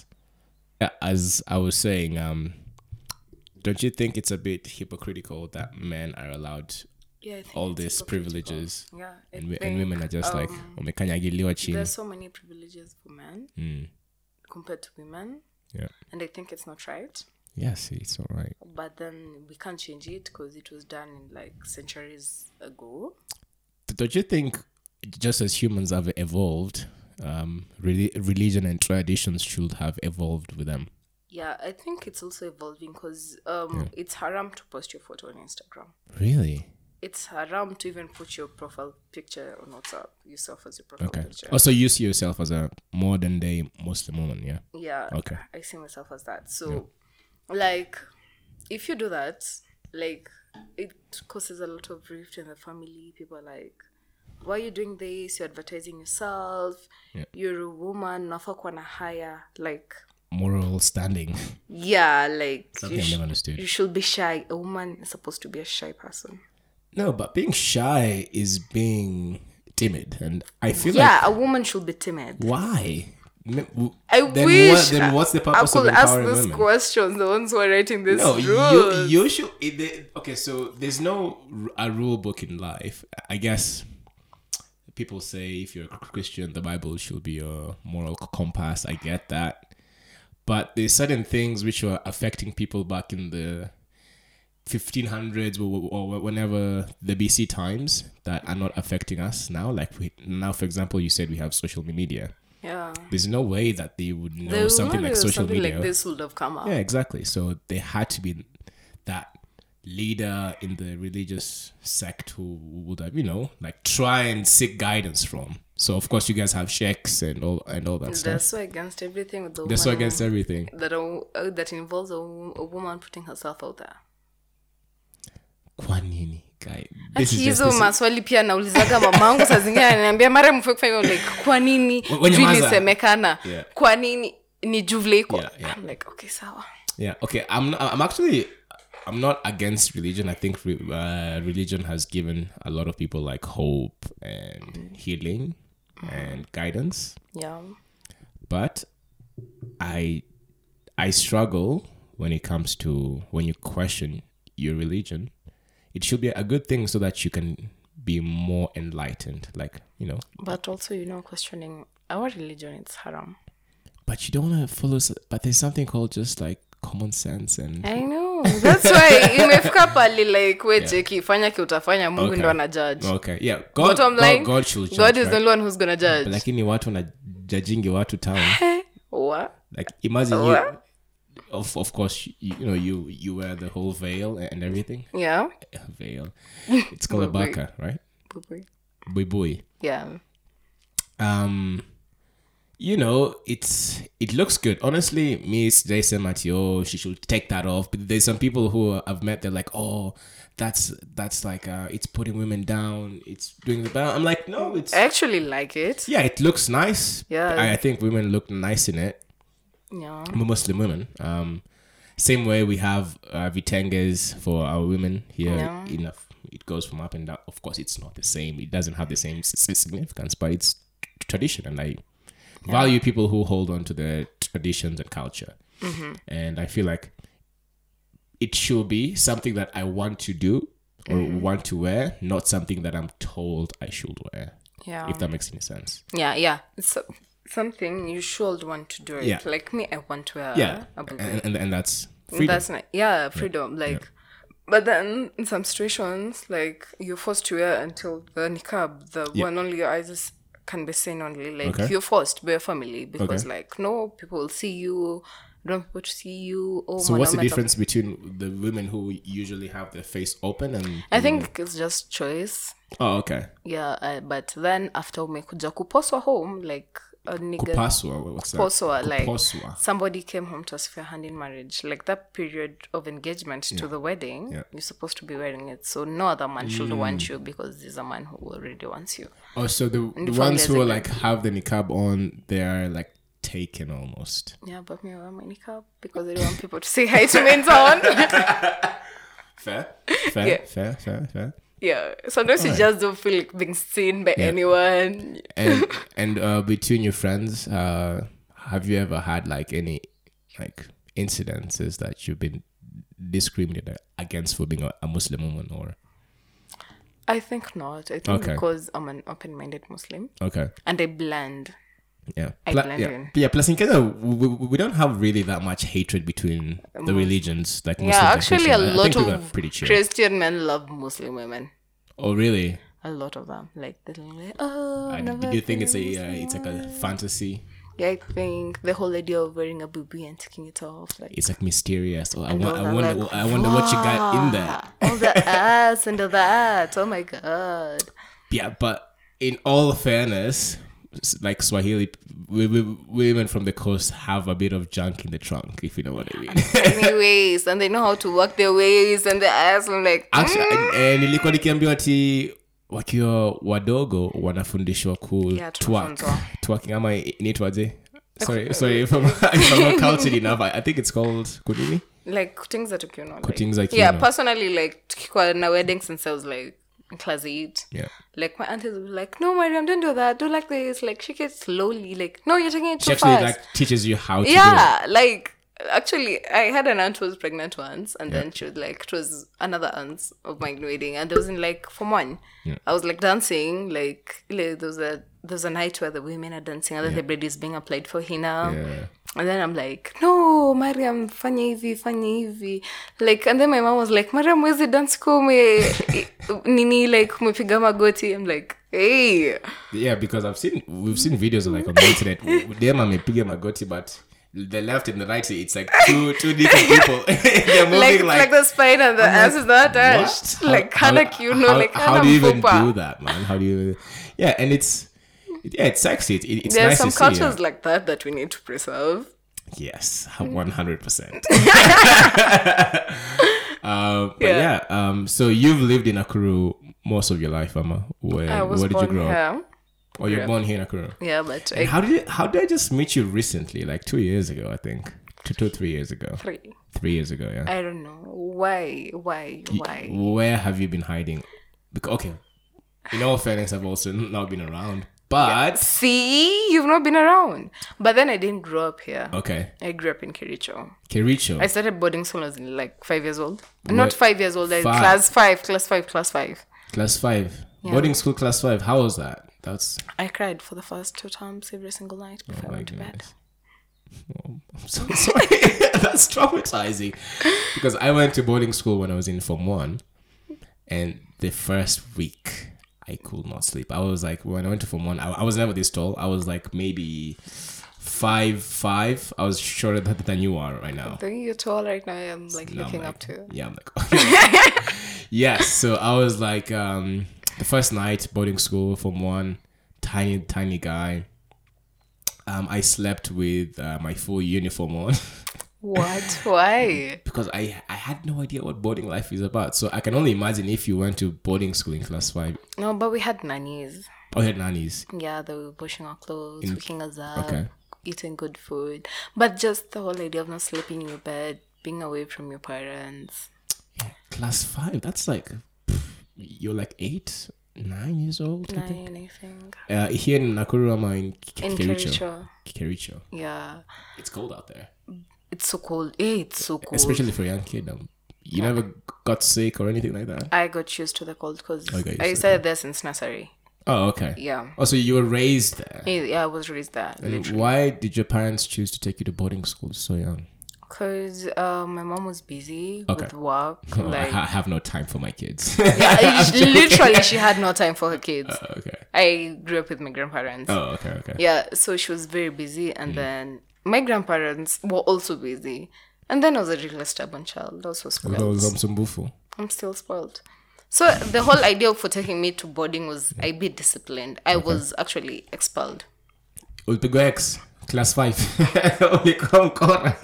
Uh, as i was saying um don't you think it's a bit hypocritical that men are allowed yeah, I think all these privileges yeah, I and, we, and think women are just like "Oh, umekanyagiliwa chini there's so many privileges for men compared to women, yeah and I think it's not right. yes it's all right but then we can't change it because it was done in like centuries ago. don't you think just as humans have evolved um really religion and traditions should have evolved with them Yeah, I think it's also evolving because um, it's haram to post your photo on Instagram. Really? It's haram to even put your profile picture on WhatsApp yourself as your profile Okay. Oh, picture. Also, you see yourself as a modern day Muslim woman, yeah? Yeah. Okay. I see myself as that. So, like, if you do that, like, it causes a lot of rift in the family. People are like, why are you doing this? You're advertising yourself. Yeah. You're a woman. Nafaa kuwa na haya. Like, Moral standing. yeah, like, Something I sh- never understood. you should be shy. A woman is supposed to be a shy person. No, but being shy is being timid, and I feel Yeah, like a woman should be timid. why? M- w- I then wish What, then what's the purpose I could of ask empowering these women? questions, the ones who are writing this no, you, rules. you should. It, they, okay, so there's no r- a rule book in life. I guess people say if you're a Christian, the Bible should be your moral c- compass. I get that, but there's certain things which were affecting people back in the 1500s or, or whenever the BC times that are not affecting us now. Like we, now, for example, you said we have social media. yeah. There's no way that they would know There something would like be social something media. like this would have come up. Yeah, exactly. So there had to be that leader in the religious sect who would have you know like try and seek guidance from. So of course you guys have sheikhs and all and all that stuff. That's why against everything with the That's why woman against everything. that a, uh, that involves a, wo- a woman putting herself out there. Kwa nini, guy? This is just hizo this is- maswali pia naulizaga mamangu saa zingine ananiambia mara mfue kufanya hivyo," like kwa nini We- wenye maza. vilisemekana Yeah. kwa nini ni juu vile iko Yeah, yeah. I'm like okay sawa Yeah. Okay. I'm. I'm actually. I'm not against religion. I think re- uh, religion has given a lot of people like hope and healing and guidance. yeah But I, I struggle when it comes to when you question your religion. It should be a good thing so that you can be more enlightened. Like you know, but also you know questioning our religion it's haram but you don't want to follow. s- But there's something called just like common sense and i know that's why imefika pali like we jeki fanya kiutafanya mungu Okay. ndo ana judge okay, yeah. God, Bottom line, God, God should judge, god is right? the only one who's gonna judge lakini watu wanajajingi watu town What? like imagine you, What? of, of course you, you know you you wear the whole veil and everything yeah veil it's called a baka right Boo-boo. boy boy yeah um you know it's it looks good honestly me today said Matio she should take that off but there's some people who I've met they're like oh that's that's like uh it's putting women down it's doing the bad I'm like no it's i actually like it yeah it looks nice Yeah. I, I think women look nice in it yeah We're Muslim women. Um, same way we have uh, vitenges for our women here. Yeah. Enough. It goes from up and down. Of course, it's not the same. It doesn't have the same s- s- significance, but it's t- tradition, and I value people who hold on to their traditions and culture. And I feel like it should be something that I want to do or want to wear, not something that I'm told I should wear. yeah If that makes any sense. yeah yeah it's so- something you should want to do it Yeah. like me i want to wear Yeah, a boo-boo. and, and, and that's freedom. And Oh, that's nice yeah freedom like but then in some situations like you're forced to wear until the niqab the one only your eyes is- can be seen only like Okay. you're forced by your family because Okay. like no people will see you don't want people to see you oh So what's the mwanaume ata- difference between the women who usually have their face open and i think it's just choice oh okay yeah uh, but then after umekuja kuposwa home like a nigga kupaswa what's that Kuposwa, like Kuposwa. somebody came home to us for your hand in marriage. Like that period of engagement to the wedding, Yeah. Mm. you're supposed to be wearing it. So no other man should want you because there's a man who already wants you. oh so the, the from ones who there's are a- like have the niqab on they are like taken almost Yeah, but me I wear my niqab because I don't want people to say hi to me in town. fair fair Yeah. fair fair fair yeah. Sometimes you just don't feel like being seen by anyone. and and uh, between your friends uh have you ever had like any like incidences that you've been discriminated against for being a, a muslim woman or I think not. I think Okay. because I'm an open minded Muslim okay and I blend. Yeah. I Pla- blend yeah. in. yeah. Plus, in Kenya, we, we we don't have really that much hatred between the religions. Like, Muslims Mm. yeah, and actually a Christians. I lot think people are of pretty chill. Christian men love Muslim women. oh, really? A lot of them. Like they're like, oh I, never do you think it's a been uh, it's like a fantasy? Yeah, I think the whole idea of wearing a boobie and taking it off, like It's like mysterious. Or I, wa- all I that, wonder. like, I wonder what you got in there. ah, all the ass and all that. Oh my god! Yeah, but in all fairness, s- like Swahili, we, we, women from the coast have a bit of junk in the trunk, if you know what I mean. Anyways, and they know how to work their ways and their ass. I'm like, mm, Actually, eh, nilikuwa nikiambiwa ti wakiwa wadogo wanafundishwa ku Yeah, twerk. tunafunzwa. twerking ama inaitwaje sorry sorry if I'm, if I'm not cultured enough I, I think it's called kunini like things that you know, like, things like yeah. you know. Personally, like tukikuwa na weddings and so I was like in class eight. yeah Like my aunties were like, no, Mariam, don't do that. Do like this. Like shake it slowly. Like no, you're taking it too she actually fast. like teaches you how to yeah like actually i had an aunt who was pregnant once and then she was like it was another aunt of my wedding and I was in like form one i was like dancing like like there was a there's a night where the women are dancing and the bread is being applied for hina do it. yeah and then i'm like no mariam fanya hivi fanya hivi like and then my mom was like mariam where's the dance kume nini like umepiga magoti i'm like hey yeah because I've seen we've seen videos like on the internet them amepiga magoti but the left and the right, it's like two two different people. They're moving like, like, like the spine and the ass is not what? attached. Like How- kind of how- cute, no? how- Like how kind do you of even do fupa. that, man? How do you? Yeah, and it's yeah, it's sexy. It, it- it's There are nice some to see. yeah. cultures Mm. like that that we need to preserve. Yes, one hundred percent. Uh, But yeah, um, so you've lived in Nakuru most of your life, Amma. Where I was where did born you grow up? here. Or you're born here in Nakuru. Yeah, but I How did you, how did I just meet you recently? Like two years ago, I think. Two two three years ago. three. Three years ago, yeah. I don't know why, why, why. Where have you been hiding? Because, okay, in all fairness, I've also not been around. But See, you've not been around. But then I didn't grow up here. okay, I grew up in Kiricho. Kericho. I started boarding school when I was like five years old. Not five years old, I Five. class five, class five, class five. Class five. Boarding school class five. How was that? That's I cried for the first two times every single night before I my went to bed. goodness. oh, I'm so sorry. That's traumatizing. Because I went to boarding school when I was in Form One and the first week I could not sleep. I was like when I went to Form One, I, I was never this tall. I was like maybe five five. I was shorter than, than you are right now. Though you're tall right now, I'm like And I'm looking like- up to. you. Yeah, I'm like, yeah. So I was like, um, the first night boarding school from one tiny, tiny guy. Um, I slept with uh, my full uniform on What? Why? because I I had no idea what boarding life is about. So I can only imagine if you went to boarding school in class five. No, but we had nannies. Oh, you had nannies. Yeah, they were washing our clothes, waking us up, okay. eating good food. But just the whole idea of not sleeping in your bed, being away from your parents. Class five. That's like pff, you're like eight, nine years old. I think. Nine, I think. Uh, here in Nakuru, am in K- In Kericho. Kericho. Kericho. Yeah. It's cold out there. It's so cold. Eh, it's so cold. especially for a young kid. Um, you never got sick or anything like that. I got used to the cold because Okay, I so- started there since nursery. Oh, okay. Yeah. Oh, so you were raised there. Eh, Yeah, I was raised there. And why did your parents choose to take you to boarding school so young? Oh, Because uh, my mom was busy Okay. with work. Oh, I, Like, ha- have no time for my kids. yeah, literally, she had no time for her kids. okay. I grew up with my grandparents. Oh, okay, okay. Yeah, so she was very busy, and then my grandparents were also busy. And then I was a really stubborn child. I was so spoiled. That was Msumbufu. I'm still spoiled. So the whole idea for taking me to boarding was I be disciplined. I was actually expelled. Ulpigo X, class 5. Ulikonkora.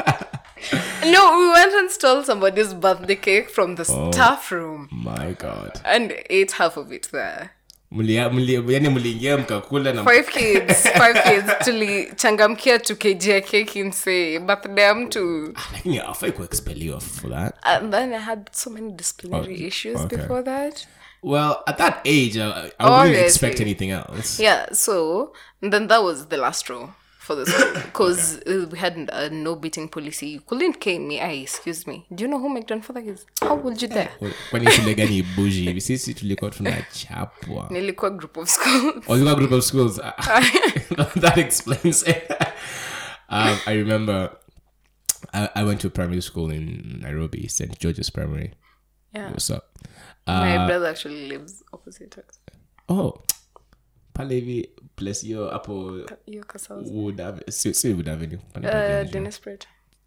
No, we went and stole somebody's birthday cake from the staff room my God. and ate half of it there. Mulia- mulia- yani muliingia mkakula na Five kids, five kids. Tulichangamkia tukejea keki msee, birthday ya mtu. Ah, lakini hawafai kuexpeliwa for that And then I had so many disciplinary issues okay. before that. well at that age i, I wouldn't expect Obviously. anything else Yeah, so then that was the last straw for the school because uh, we had a no beating policy. You couldn't cane me. I excuse me. Do you know who my grandfather is? How old you there? kwani shule gani ni buji hivi sisi tulikuwa tunachapwa Nilikuwa group of school. Olga group of schools. that explains it. um, I remember I, I went to primary school in Nairobi, St. George's Primary. Yeah. What's up? my brother actually lives opposite us. Oh, pale hivi place hiyo hapo Yo, Kasau's. Wood Avenue, si, si Wood Avenue. pale Uh, Wood Avenue. Dennis Pratt.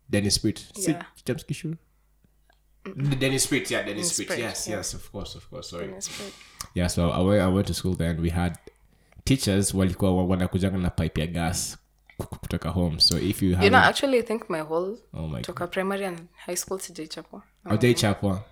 Dennis Street. Si, Yeah. James Kishore? Dennis Street, yeah, Dennis Street. Street, Yes, yes, of course, of course. Sorry. Dennis Pratt. yeah so I went, I went to school then we had teachers walikuwa wa- wanakujanga na pipe ya gas ku- ku- kutoka home so if you have You know, actually, I think my whole oh my god toka primary and high school sijai chapwa. Audei chapwa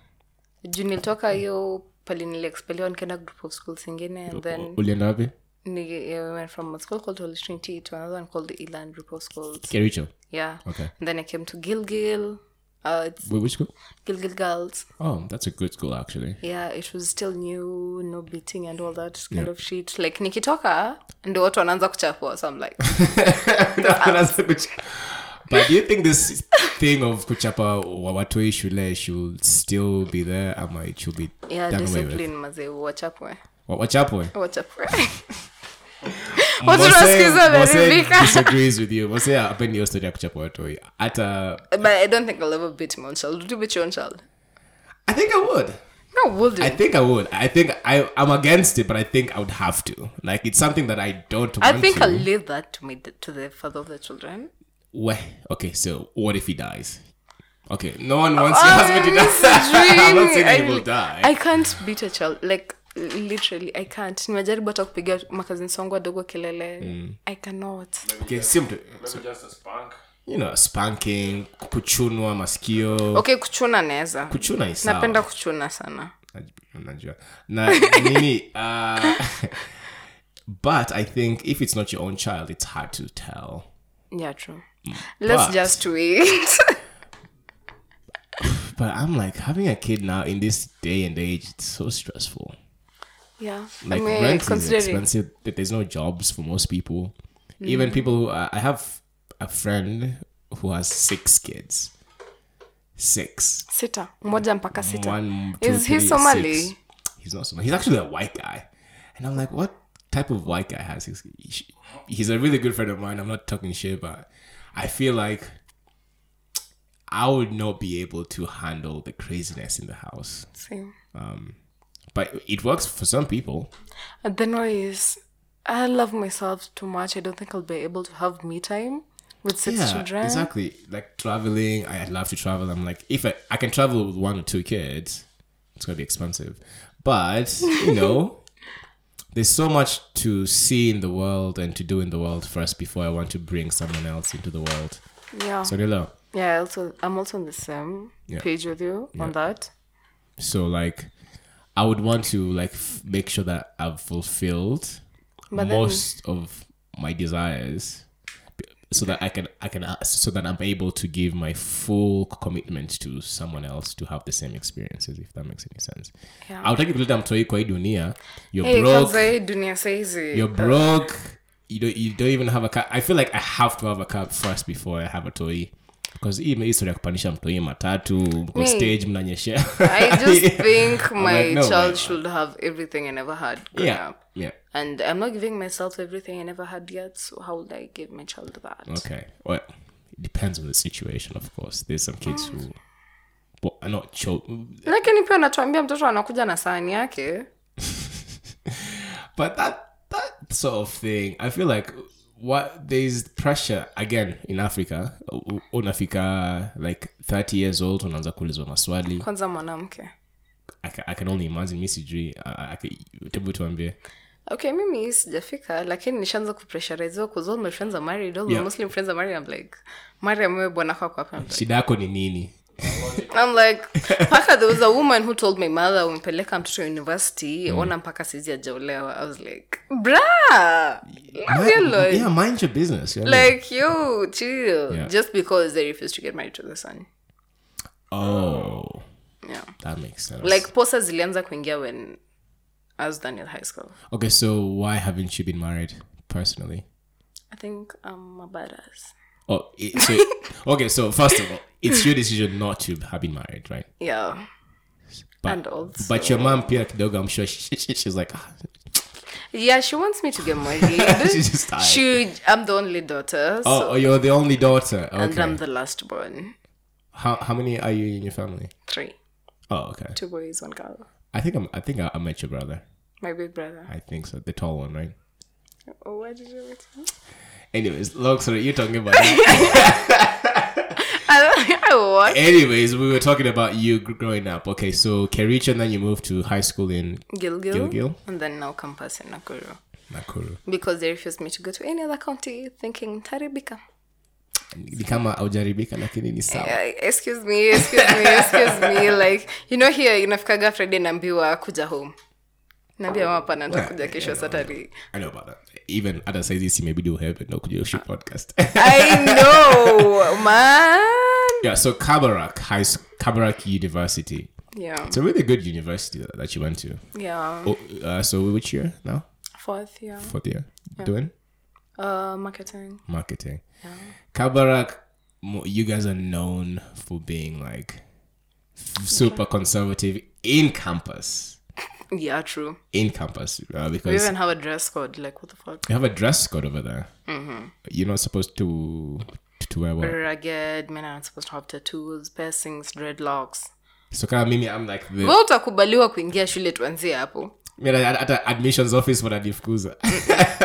Juu nilitoka hiyo pali niliexpeliwa nikaenda group of schools ingine and then ulienda wapi Nige, yeah, we went from a school called Holy Trinity to another one called the Elan Group of Schools. kericho Yeah. Okay. And then I came to Gilgil. Uh, it's Wait, which school Gilgil Girls. oh that's a good school actually Yeah, it was still new, no beating and all that kind of shit. Like nikitoka ndo watu wanaanza kuchapwa. So I'm like, That's a good- but do you think this thing of kuchapa wa- watoi shule should still be there ama it should be yeah, done away with discipline mazee wachapwe. Wa- wachapwe Wachapwe. Watu Mose- tunasikiza Mose wameridhika. disagrees with you Mose hapendi hiyo story ya kuchapa watoi hata But I don't think I'll ever beat my own child. Would you beat your own child? I think I would No, wouldn't. I think I would. I think I, I'm against it, but I think I would have to. Like, it's something that I don't want I think to. I'll leave that to me to the father of the children. Wha Okay, so what if he dies? Okay, no one wants your husband to Um, this die. is I'm not really- saying he I- will die. I can't beat a child like literally I can't nimejaribu hata kupiga makazi songo wadogo kelele Mm. i cannot okay, simple. Maybe just a spank. You know, spanking, kuchunwa masikio. okay kuchuna naweza Kuchuna is sawa. napenda kuchuna sana Naj- najua na nini uh, but i think if it's not your own child it's hard to tell yeah true let's Mm. but- just wait but i'm like having a kid now in this day and age it's so stressful yeah like I mean, rent is considering expensive th- there's no jobs for most people even people who uh, i have a friend who has six kids six sita moja mpaka sita one two, Is he three, Somali? six. he's not somali he's actually a white guy and i'm like what type of white guy has his he's a really good friend of mine i'm not talking shit but i feel like i would not be able to handle the craziness in the house See. but it works for some people And the noise i love myself too much i don't think i'll be able to have me time with six yeah children exactly like traveling i love to travel i'm like if I, I can travel with one or two kids it's gonna be expensive but you know there's so much to see in the world and to do in the world first before i want to bring someone else into the world yeah so hello Yeah, I also I'm also on the same Yeah. page with you on that. so like i would want to like f- make sure that i've fulfilled But then- most of my desires b- so that i can i can uh, so that i'm able to give my full commitment to someone else to have the same experiences if that makes any sense Yeah. autaki kuleta mtoi kwa hii dunia you're Hey, broke Kanzai, dunia saizi. you're broke you don't you don't even have a car i feel like i have to have a car first before i have a toy because hii history ya kupandisha mtoi matatu mko Me. stage mnanyeshea I just think I'm my like, no, child man. should have everything I never had growing yeah up. yeah And I'm not giving myself everything I never had yet, so how would I give my child that? Okay. Well, it depends on the situation, of course. There's some kids who, but are not children. lakini pia unatuambia mtoto anakuja na sahani yake But that that sort of thing, I feel like what there's pressure again in Africa. U- Unafika like 30 years old, unaanza kuulizwa maswali. kwanza mwanamke I I can, I can only imagine mi sijui I- I- I can- hebu tuambie okay mimi sijafika lakini nishaanza kupressurizewa because all my friends are married all Yeah. my muslim friends are married i'm like mariam wewe bwanako ako wapi I'm like, shida yako ni nini I'm like, Paka, there was a woman who told my mother, umpeleka mtoto Mm. university, ona mpaka sizi ajaolewa. I was like, bruh, leave you Mind- alone. yeah mind your business you know what I mean? Like, yo, chill. Yeah. Just because they refuse to get married to the son. oh Yeah. that makes sense Like, posa zilianza kuingia when I was done with high school. okay so why haven't you been married personally I think I'm a badass. Oh, it, so, okay. So first of all, it's your decision not to have been married, right? Yeah. But, And also- but your mom, Pia Kidogo, I'm sure she, she, she's like, ah, Yeah, she wants me to get married. she's just tired. she, I'm the only daughter, so, oh, oh, you're the only daughter. and Okay. I'm the last born. How, how many are you in your family? Three. Oh, okay. Two boys, one girl. I think I'm. I think I, I met your brother. My big brother. I think so. The tall one, right? Oh, why did you wait? Anyways, long story. You're talking about. that. I, I was. Anyways, we were talking about you gr- growing up. Okay, so Kericho, and then you moved to high school in Gilgil, Gilgil? and then now campus in Nakuru Nakuru. because they refused me to go to any other county, thinking Taribika. Ni kama haujaribika lakini ni sawa. Uh, excuse me, excuse me, excuse me. Like you know, here inafikaga Friday naambiwa kuja home. Naambia mama pana nitakuja kesho Saturday. I know about that. Even other sizes, you maybe do help and no Kujoshi Uh, podcast. I know, man. yeah, so Kabarak High Sch- Kabarak University. Yeah, It's a really good university that, that you went to. yeah. Oh, uh, so which year now? Fourth year, Fourth year? Doing uh, marketing. marketing. Kabarak, mo- you guys are known for being like f- super conservative in campus. Yeah, true. In campus, uh, We because even have a dress code. Like, what the fuck? you have a dress code over there. You're not supposed to to wear what? Rugged men aren't supposed to have tattoos, piercings, dreadlocks. So kind of Mimi, I'm like the we utakubaliwa kuingia shule tuanzie hapo Mira, hata admissions office wananifukuza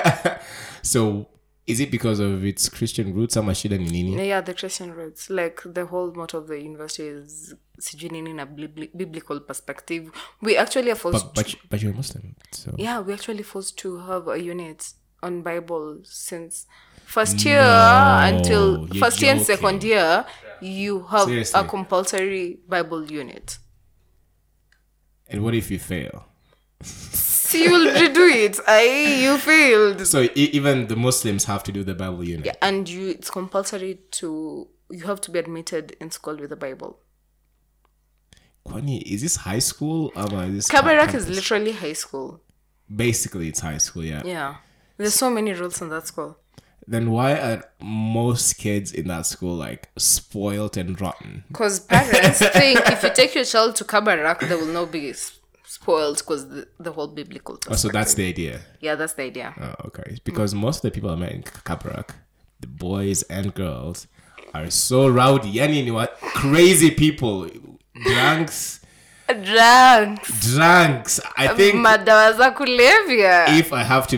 so is it because of its Christian roots ama shida ni nini? yeah the christian roots like the whole motto of the university is sijui nini na bibli- biblical perspective we actually are forced But, but, you- but you're Muslim, so yeah we actually forced to have a unit on bible since first year until you're first year and joking. second year you have Seriously? a compulsory bible unit and what if you fail? see you'll redo it i you failed So e- even the Muslims have to do the Bible unit. Yeah, and you it's compulsory to you have to be admitted in school with a bible Kwani, is this high school? Ama, is this kabarak is campus? literally high school basically it's high school. Yeah. yeah there's so many rules in that school Then why are most kids in that school like spoiled and rotten? because parents think if you take your child to kabarak they will not be s- spoiled because the, the whole biblical Oh, so that's the idea. yeah that's the idea Oh, Mm. okay. Because most of the people I met in Kabarak, the boys and girls, are so rowdy. Yani ni wa- crazy people. Drunks. drugs Drunks. I Um, think madawa za kulevya if I have to.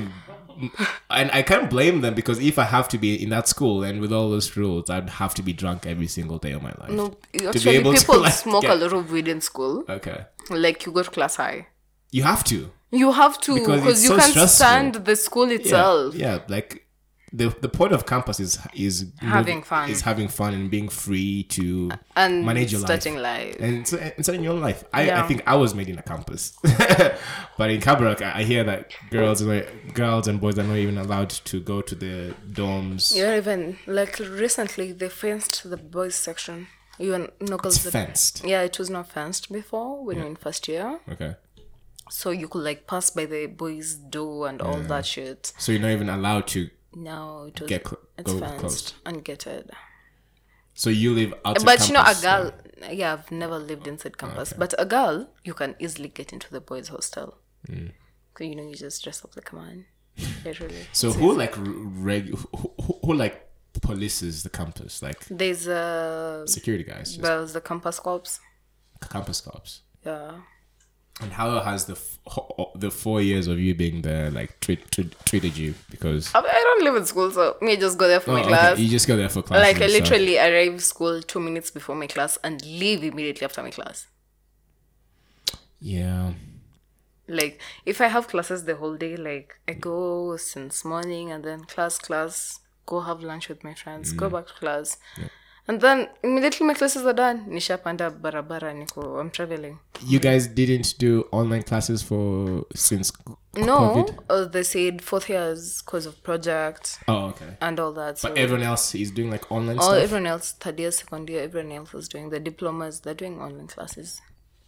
And I can't blame them because if I have to be in that school and with all those rules, I'd have to be drunk every single day of my life. no be actually able to, people like, smoke a get- lot of weed in school Okay. like you go to class high You have to. you have to Because because it's you so can't stressful. stand the school itself Yeah, yeah like the the point of campus is is Having fun. is having fun and being free to and manage your starting life. life. And so, and starting your own life. I, Yeah. I think I was made in a campus, but in Kabarak, I I hear that girls and girls and boys are not even allowed to go to the dorms. Yeah, even like recently they fenced the boys section. Even no It's girls. that- fenced. Yeah, it was not fenced before when you're in first year, Okay, so you could like pass by the boys' door and all that shit. so you're not even allowed to. Now it was Get cl- it's go fenced close. and gated. So you live outside. but you know, a campus, girl. Yeah, I've never lived inside campus, but a girl you can easily get into the boys' hostel. Hmm. 'Cause, You know, you just dress up like a man, literally. So who like r- reg who, who, who like polices the campus like There's a security guys, just there's the campus cops. campus cops. Yeah. And how has the f- ho- the four years of you being there like treat, treat, treated you? Because I I don't live in school, so me just go there for oh, my okay, class. you just go there for class. Like I and stuff. literally arrive school two minutes before my class and leave immediately after my class. Yeah. Like if I have classes the whole day, like I go since morning and then class, class, go have lunch with my friends, Mm. go back to class. And then immediately my classes are done. Nishapanda barabara niko I'm traveling. You guys didn't do online classes for since c- No, COVID? uh, they said fourth year's cause of project Oh, okay. and all that. So But everyone else is doing like online all stuff. everyone else, third year, second year, everyone else is doing the diplomas. They're doing online classes.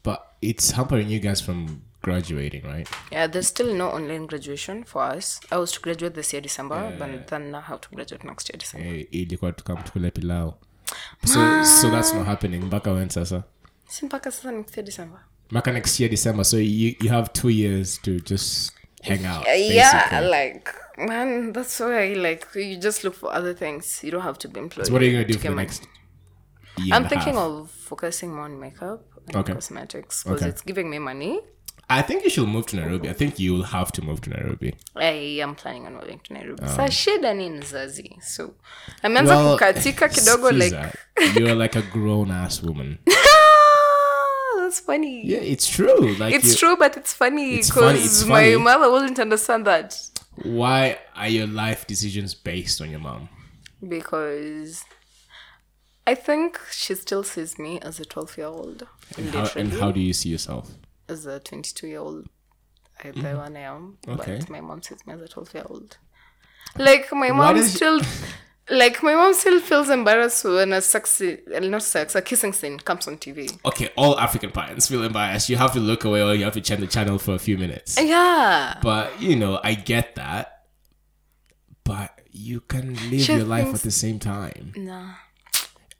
but it's hampering you guys from graduating, right? Yeah, there's still no online graduation for us. I was to graduate this year December, but then I have to graduate next year December. Eh, ilikuwa tukamtukule pilau. So so that's not happening. Mpaka when sasa? Si mpaka sasa ni kufikia December. Mpaka next year December. So you you have 2 years to just hang out. Yeah, basically. like man, that's why like you just look for other things. You don't have to be employed. So what are you gonna do to for get the money. next? Year I'm and a thinking half? of focusing more on makeup and Okay. cosmetics because Okay. it's giving me money. I think you should move to Nairobi. I think you'll have to move to Nairobi. I am planning on moving to Nairobi. Sa shida ni mzazi. So ameanza Oh. Well, kukatika kidogo excuse like her. you're like a grown ass woman. Ah, that's funny. Yeah, it's true. Like, It's true, but it's funny It's funny, because it's my funny. mother wouldn't understand that true. Why are your life decisions based on your mom? because I think she still sees me as a 12 year old, And how, literally, and how do you see yourself? as a 22 year old. I, the one I am, Mm-hmm. Okay. but my mom sees me as a 12 year old. Like, my mom does- still. Like my mom still feels embarrassed when a sexy, not sex, a kissing scene comes on TV. Okay, all African parents feel embarrassed. You have to look away or you have to change the channel for a few minutes. Yeah, But you know, I get that. But you can live She your life thinks- at the same time. nah.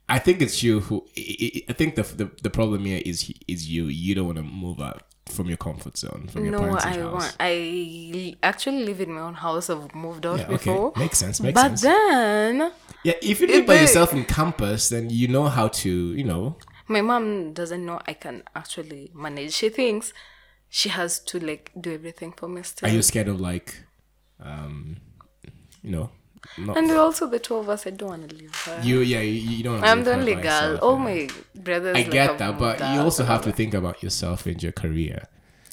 I think it's you who. I- I I think the the, the problem here is is you. You don't want to move out from your comfort zone from your No, parents' I house. want. I actually live in my own house. I've moved out Yeah, okay, before. makes sense. Makes but sense. then yeah, if you live by they- yourself in campus, then you know how to. You know, my mom doesn't know I can actually manage. She thinks she has to like do everything for me are still. you scared of like, um, you know, not And also the two of us, I don't want to leave her. you. Yeah, you, you don't. wanna I'm leave the her only by girl. herself, All yeah. my brothers. I like, get have that, moved but you out. also have to think about yourself and your career.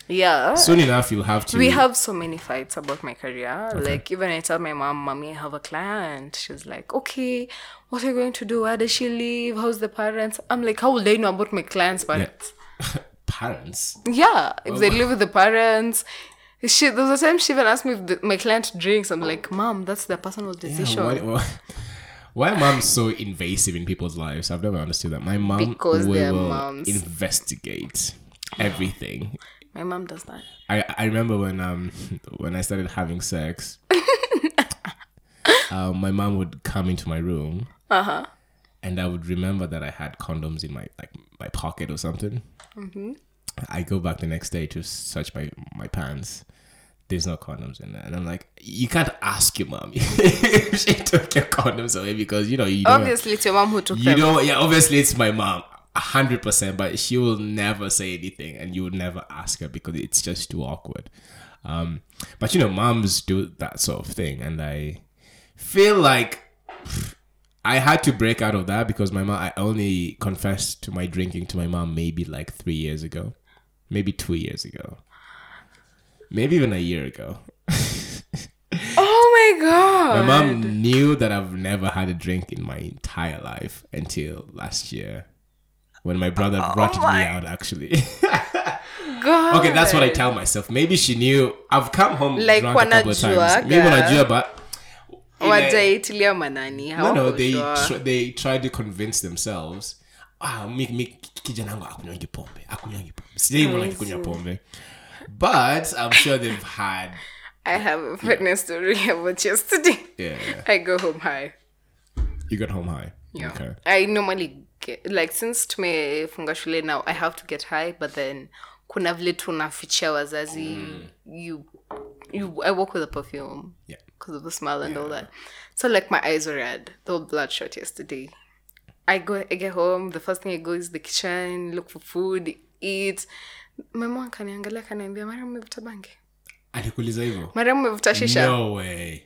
Yeah. Soon enough, you'll have to. we have so many fights about my career. Like even I tell my mom, "Mommy, I have a client." She's like, "Okay, what are you going to do? Where does she live? How's the parents?" I'm like, "How will they know about my clients' parents?" parents. Yeah, if they live with the parents. She, there was a time she even asked me if the, my client drinks. I'm like, "Mom, that's their personal decision." Why, why, why are moms so invasive in people's lives? I've never understood that. My mom Because they're will moms. investigate everything. my mom does that. I, I remember when um when I started having sex, um, my mom would come into my room, and I would remember that I had condoms in my like my pocket or something. I go back the next day to search my my pants. There's no condoms in there, and I'm like, you can't ask your mom if she took your condoms away because you know you don't Obviously, it's your mom who took you them. know, yeah, obviously it's my mom, a hundred percent. But she will never say anything, and you will never ask her because it's just too awkward. Um, but you know, moms do that sort of thing, and I feel like pff, I had to break out of that because my mom. I only confessed to my drinking to my mom maybe like three years ago, maybe two years ago, maybe even a year ago. Oh my god! My mom knew that I've never had a drink in my entire life until last year when my brother Oh brought me out actually. god. okay, that's what I tell myself. Maybe she knew I've come home Like, drunk a couple of times. wanajuaga. Maybe wanajua but Wajaitilia manani. no no they hawakujua. tr- they tried to convince themselves ah mi, mi kijana wangu akunywangi pombe akunywangi pombe sijai mwona akikunywa pombe but I'm sure they've had I have a fitness story about yesterday. yeah I go home high. you got home high Yeah. okay I normally get, like since tumefunga shule now I have to get high but then kuna vile tunafichia wazazi you you I walk with a perfume Mm. yeah because of the smell and all that. So like my eyes were red. They were bloodshot yesterday. I go I get home, the first thing I go is the kitchen, look for food, eat. Mama akaniangalia akaniambia mara umevuta bangi. alikuuliza hivyo Mara umevuta shisha. no way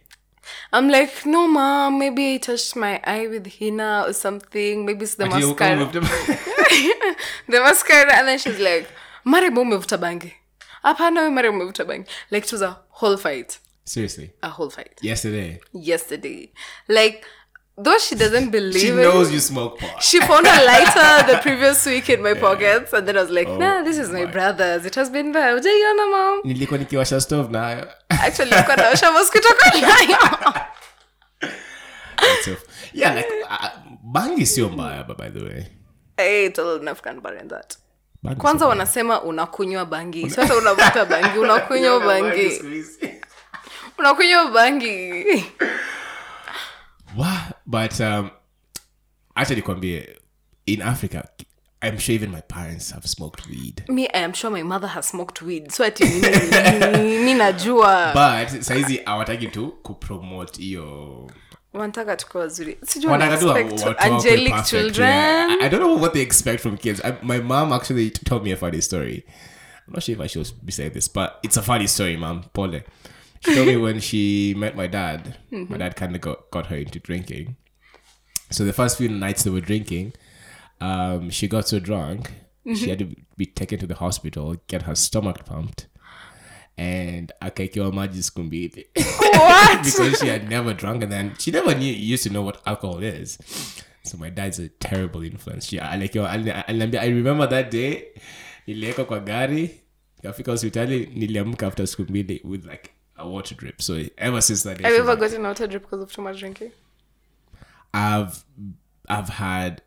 I'm like, no, mom, maybe I touched my eye with henna or something. Maybe it's the Ati huko mascara. umevuta- the mascara. And then she's like, Mare bo umevuta bangi. Hapana, we Mare umevuta bangi. Like, it was a whole fight. Seriously, A whole fight. yesterday Yesterday. Like, though she doesn't believe she it. knows you smoke pot. She found a lighter the previous week in my pockets. And then I was like, nah, this is my, Oh my. brother's. It has been there. Hujaiona, mom. Nilikuwa nikiwasha stove na Actually, nilikuwa naosha mosquito coil. so, yeah, like uh, bangi sio mbaya, but by the way, Hey, total enough can't burn that. bangi kwanza sio wanasema unakunywa bangi sasa unavuta bangi unakunywa mbaya. bangi unakunywa bangi Wha- But um, acha nikwambie, in Africa, I'm sure even my parents have smoked weed. me i am sure my mother has smoked weed so ati mimi- mi najua But saizi hawataki tu kupromote hiyo wanataka tukiwa wazuri sijui wanataka tu wa- wana expect watu wakwe angelic perfect, children yeah. I- I don't know what they expect from kids. I, my mom actually t- told me a funny story. I'm not sure if I should be saying this, but it's a funny story, mom. Pole. She told me when she met my dad, Mm-hmm. my dad kind of got, got her into drinking. So the first few nights they were drinking, um, she got so drunk, she had to be taken to the hospital, get her stomach pumped, and akaekewa maji siku mbili. because she had never drunk and then she never knew used to know what alcohol is. So my dad's a terrible influence. She, I like yo, I, I remember that day niliweka kwa gari nikafika hospitali niliamka after siku mbili with like a water drip. So ever since that day have you she's ever like, gotten out of drip because of too much drinking I've I've had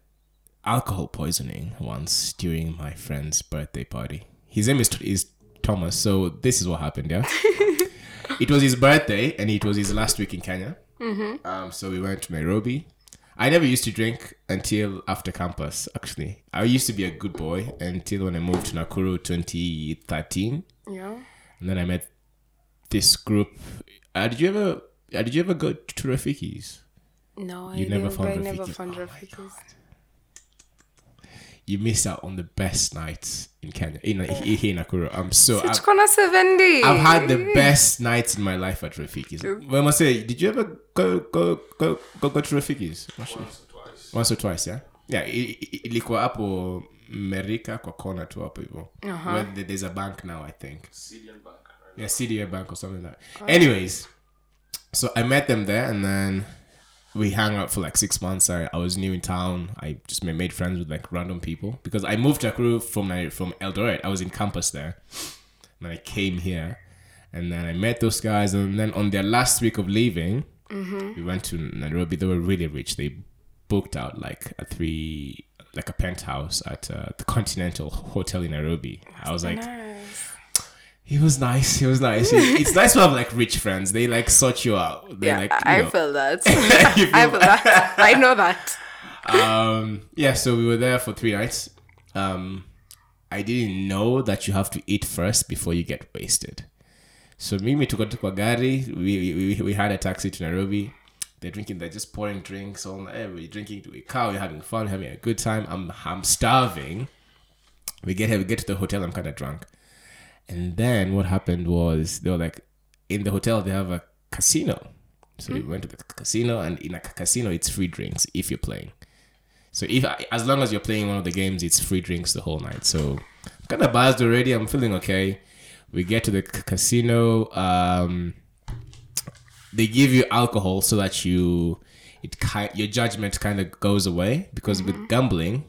alcohol poisoning once during my friend's birthday party. His name is, is Thomas. So this is what happened. Yeah, it was his birthday, and it was his last week in Kenya. Mm-hmm. Um, so we went to Nairobi. I never used to drink until after campus. Actually, I used to be a good boy until when I moved to Nakuru, twenty thirteen, yeah and then I met this group. Uh, did you ever? Uh, did you ever go to Rafiki's? no You I never didn't- found Oh I never Rafiki's. found Oh my Rafiki's. you miss out on the best nights in Kenya. In here in Nakuru, I'm so. I've, tuko na 70 I've had the best nights in my life at Rafiki's. When I say, did you ever go go go go go to Rafiki's? once or twice. Once or twice, yeah. Yeah, i- i- ilikuwa hapo Merika kwa corner tu hapo hivyo. Where there- there's a bank now, I think. Syrian bank. Right? Yeah, CDA Bank or something like that. Anyways, so I met them there and then we hung out for like six months. I, I was new in town. I just ma- made friends with like random people because I moved to Akuru from my, from Eldoret. I was in campus there. And I came here and then I met those guys. And then on their last week of leaving, Mm-hmm. we went to Nairobi. They were really rich. They booked out like a three, like a penthouse at uh, the Continental Hotel in Nairobi. I was like, Nice. he was nice. He was nice. It- it's nice to have like rich friends. They like sort you out. They yeah, like you I know. feel that. I feel that. I know that. um yeah, so we were there for three nights. Um I didn't know that you have to eat first before you get wasted. So mimi tuko tu kwa gari, we, we, we had a taxi to Nairobi. They're drinking, they're just pouring drinks on eh, we're drinking to a cow, we're having fun, having a good time. I'm I'm starving. We get here, we get to the hotel, I'm kinda drunk. And then what happened was they were like, in the hotel they have a casino. So we went to the casino, and in a ca- casino it's free drinks if you're playing. So if as long as you're playing one of the games, it's free drinks the whole night. So I'm kind of buzzed already. I'm feeling okay. We get to the c- casino. Um, they give you alcohol so that you it ki- your judgment kind of goes away because Mm-hmm. with gambling,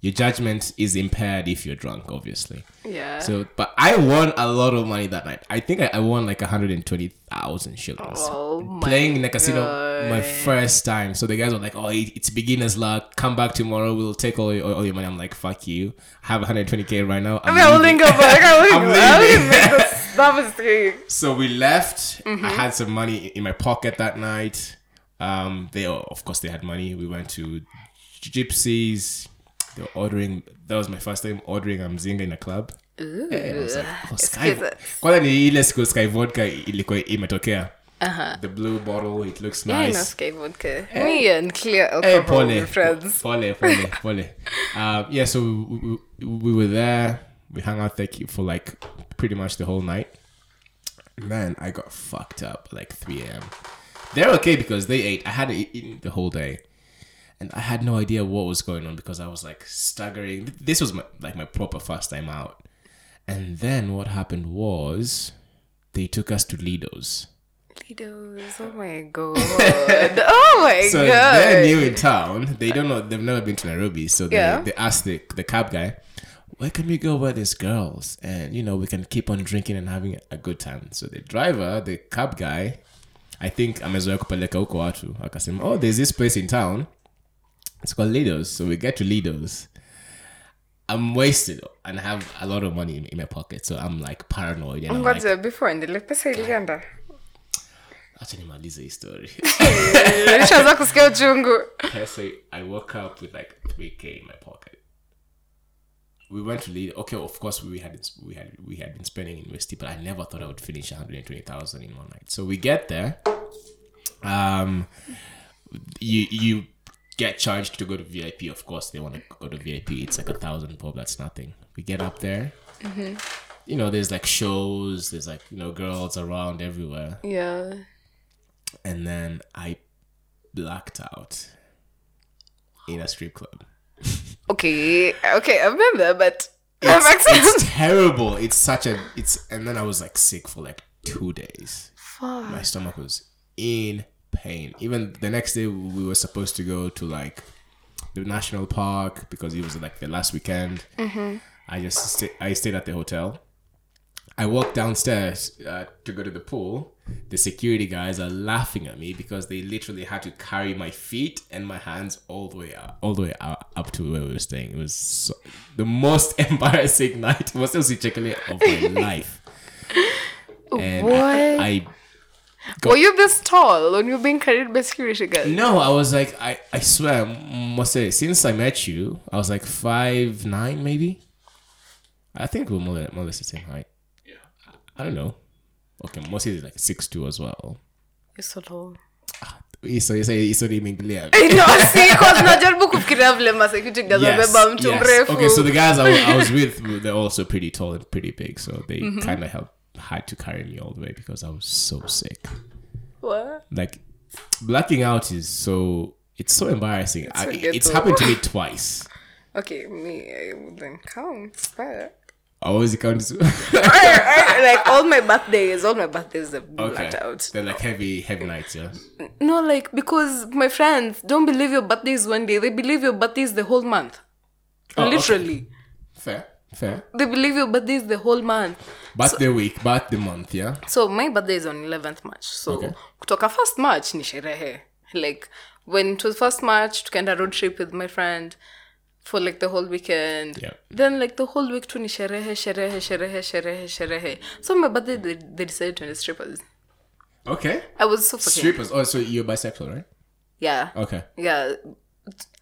your judgment is impaired if you're drunk, obviously. Yeah. So, but I won a lot of money that night. I think I, I won like 120,000 shillings. Oh my Playing in a casino my first time. So the guys were like, oh, it- it's beginner's luck. Come back tomorrow. We'll take all your, all your money. I'm like, fuck you. I have 120K right now. I'm I will leaving. link up. I can't I'm link I leaving. didn't make this, that mistake. So we left. Mm-hmm. I had some money in my pocket that night. Um, they of course they had money. We went to Gypsies. They were ordering. That was my first time ordering a mzinga in a club. Ooh. I was like, oh, Sky- Excuse us. kwanza ni ile siku Sky vodka ilikuwa imetokea Uh-huh. the blue bottle it looks I know nice skate vodka. Me and clear Eh, alcohol pole, we're friends. pole, pole, pole. um, yeah, so we, we, we were there. We hung out there for like pretty much the whole night. Man, I got fucked up like 3 a.m. They're okay because they ate. I hadn't e- eaten the whole day, and I had no idea what was going on because I was like staggering. This was my like my proper first time out. And then what happened was, they took us to Lido's. Lidos. Oh my god. Oh my so god. they're new in town. They don't know. They've never been to Nairobi, so they, Yeah. they asked the, the cab guy, "Where can we go where there's girls and you know we can keep on drinking and having a good time?" So the driver, the cab guy, I think amezoea kupeleka huko watu akasema, "Oh, there's this place in town. It's called Lido's." So we get to Lido's. I'm wasted and I have a lot of money in, in my pocket, so I'm like paranoid. Oh And I'm like, Ngoja before endele pesa iliganda. actually, nimalize hii story. Nilishaanza kusikia uchungu. so I woke up with like three k in my pocket. We went to lead. Okay, of course we had we had we had been spending in Westy, but I never thought I would finish one hundred twenty thousand in one night. So we get there. Um, you you get charged to go to VIP. Of course, they want to go to VIP. It's like a thousand bob. That's nothing. We get up there. You know, there's like shows. There's like you know girls around everywhere, Yeah. and then I blacked out in a strip club. Okay. Okay, I've been there, but I'm it's, it's actually. terrible. It's such a it's and then I was like sick for like two days. My stomach was in pain. Even the next day we were supposed to go to like the national park because it was like the last weekend. I just sta- I stayed at the hotel. I walked downstairs uh, to go to the pool. The security guys are laughing at me because they literally had to carry my feet and my hands all the way up, all the way up, up to where we were staying. It was so, the most embarrassing night. It was the of my life. And What? I Were you this tall when you were being carried by security guards? No, I was like, I, I swear, Mose, since I met you, I was like five nine maybe. I think we're more, more or less the same height. Yeah. I don't know. Okay, Mose is like six two as well. Eh, You're so tall. hizo hizo hizo ni imeingilia No, see, 'cause najaribu kufikiria vile masecuti inazobeba mtu mrefu Okay, so the guys I, wa- I was with, they're also pretty tall and pretty big, so they kind of helped had to carry me all the way because I was so sick. What? Like blacking out is so it's so embarrassing. It's, I, so ghetto. it's happened to me twice. Okay, me, eh, I wouldn't count. But I always count. as- like all my birthdays, all my birthdays have been okay, blacked out. they're like heavy, heavy nights. Yeah, No, like because my friends don't believe your birthday is one day; they believe your birthday is the whole month. Oh, okay. Literally, fair, fair. they believe your birthday is the whole month. But the week, but the month. Yeah, So my birthday is on 11th March. So Okay. kutoka first March ni sherehe. Like when it was first March, tukaenda road trip with my friend for like the whole weekend. Yeah. Then like the whole week tu ni sherehe, sherehe, sherehe, sherehe, sherehe. So my birthday they, they decided to end strippers. okay. I was so fucking Strippers. Oh, so you're bisexual, right? yeah. Okay. Yeah.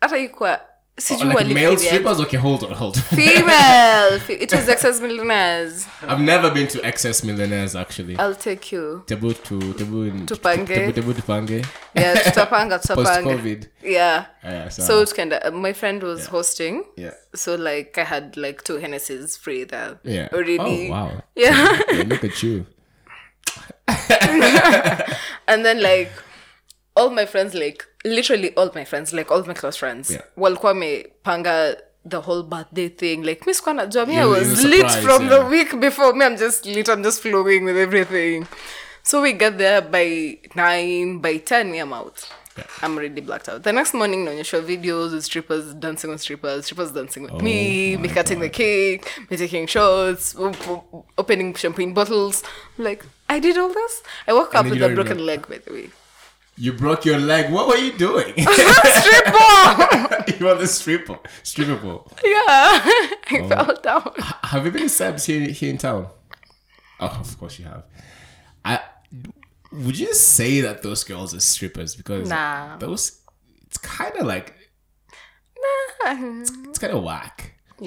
Hata ikwa sijui Oh. Like male walifikiria- strippers? Okay, hold on, hold on. Female. Fe- It was excess millionaires. I've never been to excess millionaires actually. I'll take you. Tebu Uh, to Tebu Tupange. Tebu Tebu Tupange. Yeah, tutapanga, Post tutapanga. COVID. Yeah. Yeah, so, So it's kind of my friend was hosting. yeah. So like I had like two Hennessy's free there. Yeah. Already. Oh wow. Yeah. Yeah, look at you. and then like all my friends like literally all my friends like all my close friends Yeah. walikuwa mepanga the whole birthday thing like miss kwana me i You- you was were lit surprised, from the yeah. week before me i'm just lit i'm just flowing with everything so we got there by 9 by 10 me i'm out i'm already blacked out the next morning naonyeshwa videos with strippers dancing with strippers strippers dancing Oh with me me cutting the cake me taking shots op- op- opening champagne bottles like i did all this i woke up then with you a don't broken leg by the way You broke your leg. What were you doing? stripper you were the stripper. Stripper. ball. yeah i Oh. fell down H- Have you been to Seb's here here in town? Oh, of course you have. I would you say that those girls are strippers because Nah. those it's kind of like it's kind of whack.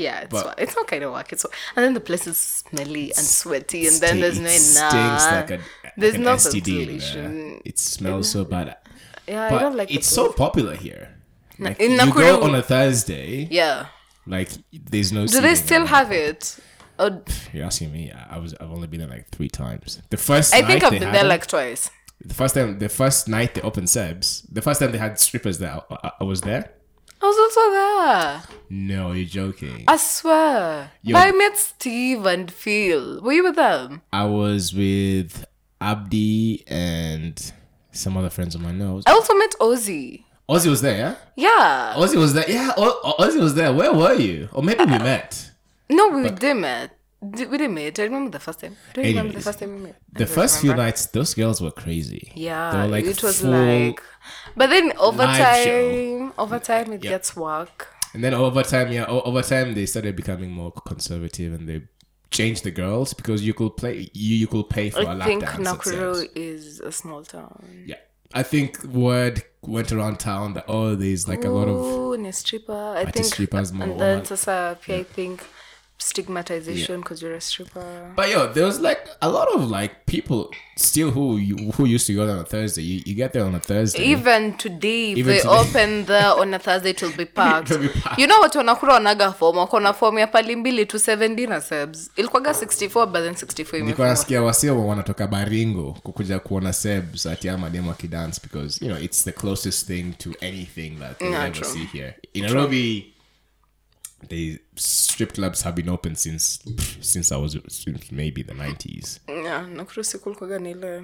yeah it's But- wa- it's not kind of work it's wa- and then the place is smelly and sweaty and then there's no It stinks nah. like a, There's an no STD in there. ventilation. It smells so bad. yeah But i don't like the it's place. so popular here. Like, in you Nakuru- go on a Thursday, yeah like there's no. do they seating still there. have it or You're asking me. I I was. I've only been there like three times. The first. I think night I've they been had there it- like twice. the first time. The first night they opened Sebs. The first time they had strippers there. I, I- I was there. I was also there. No, you're joking. I swear. Yo. But I met Steve and Phil. Were you with them? I was with Abdi and some other friends of mine. No, I also met Ozzy. Ozzy was there. Yeah. Yeah. Ozzy was there. Yeah, o- O- Ozzy was there. Where were you? Or maybe we met. No, we didn't met. Did- We didn't meet. I remember the first time. Do you remember the Anyways, first time we met? I The don't first few remember. nights, those girls were crazy. Yeah, they were like it was full- like. But then over live show. time, over time it gets work. And then over time, yeah, o- over time they started becoming more conservative and they changed the girls because you could play, you you could pay for a I lap think dance. at Seb's. Nakuru is a small town. Yeah, I think word went around town that oh, there's like a lot of Ooh, ni stripper. I think. strippers more and then woman. sasa pia I think stigmatization because you're a stripper. But yo, there was like a lot of like people still who you, who used to go there on a Thursday. You, you get there on a Thursday. even today if Even they today. open there on a thursday it will be packed It'll be packed. you know what wanakura wanaga form wakona form ya pali mbili tu 7 dinner subs ilikuwaga 64 but then 64 nilikuwa imefungwa. nasikia wasio wanatoka baringo kukuja kuona sebs ati ama demo akidance because you know it's the closest thing to anything that you Yeah, ever true. see here in nairobi the strip clubs have been open since pff, since i was since maybe the 90s Yeah, Nakuru siku ilikuwaga ni ile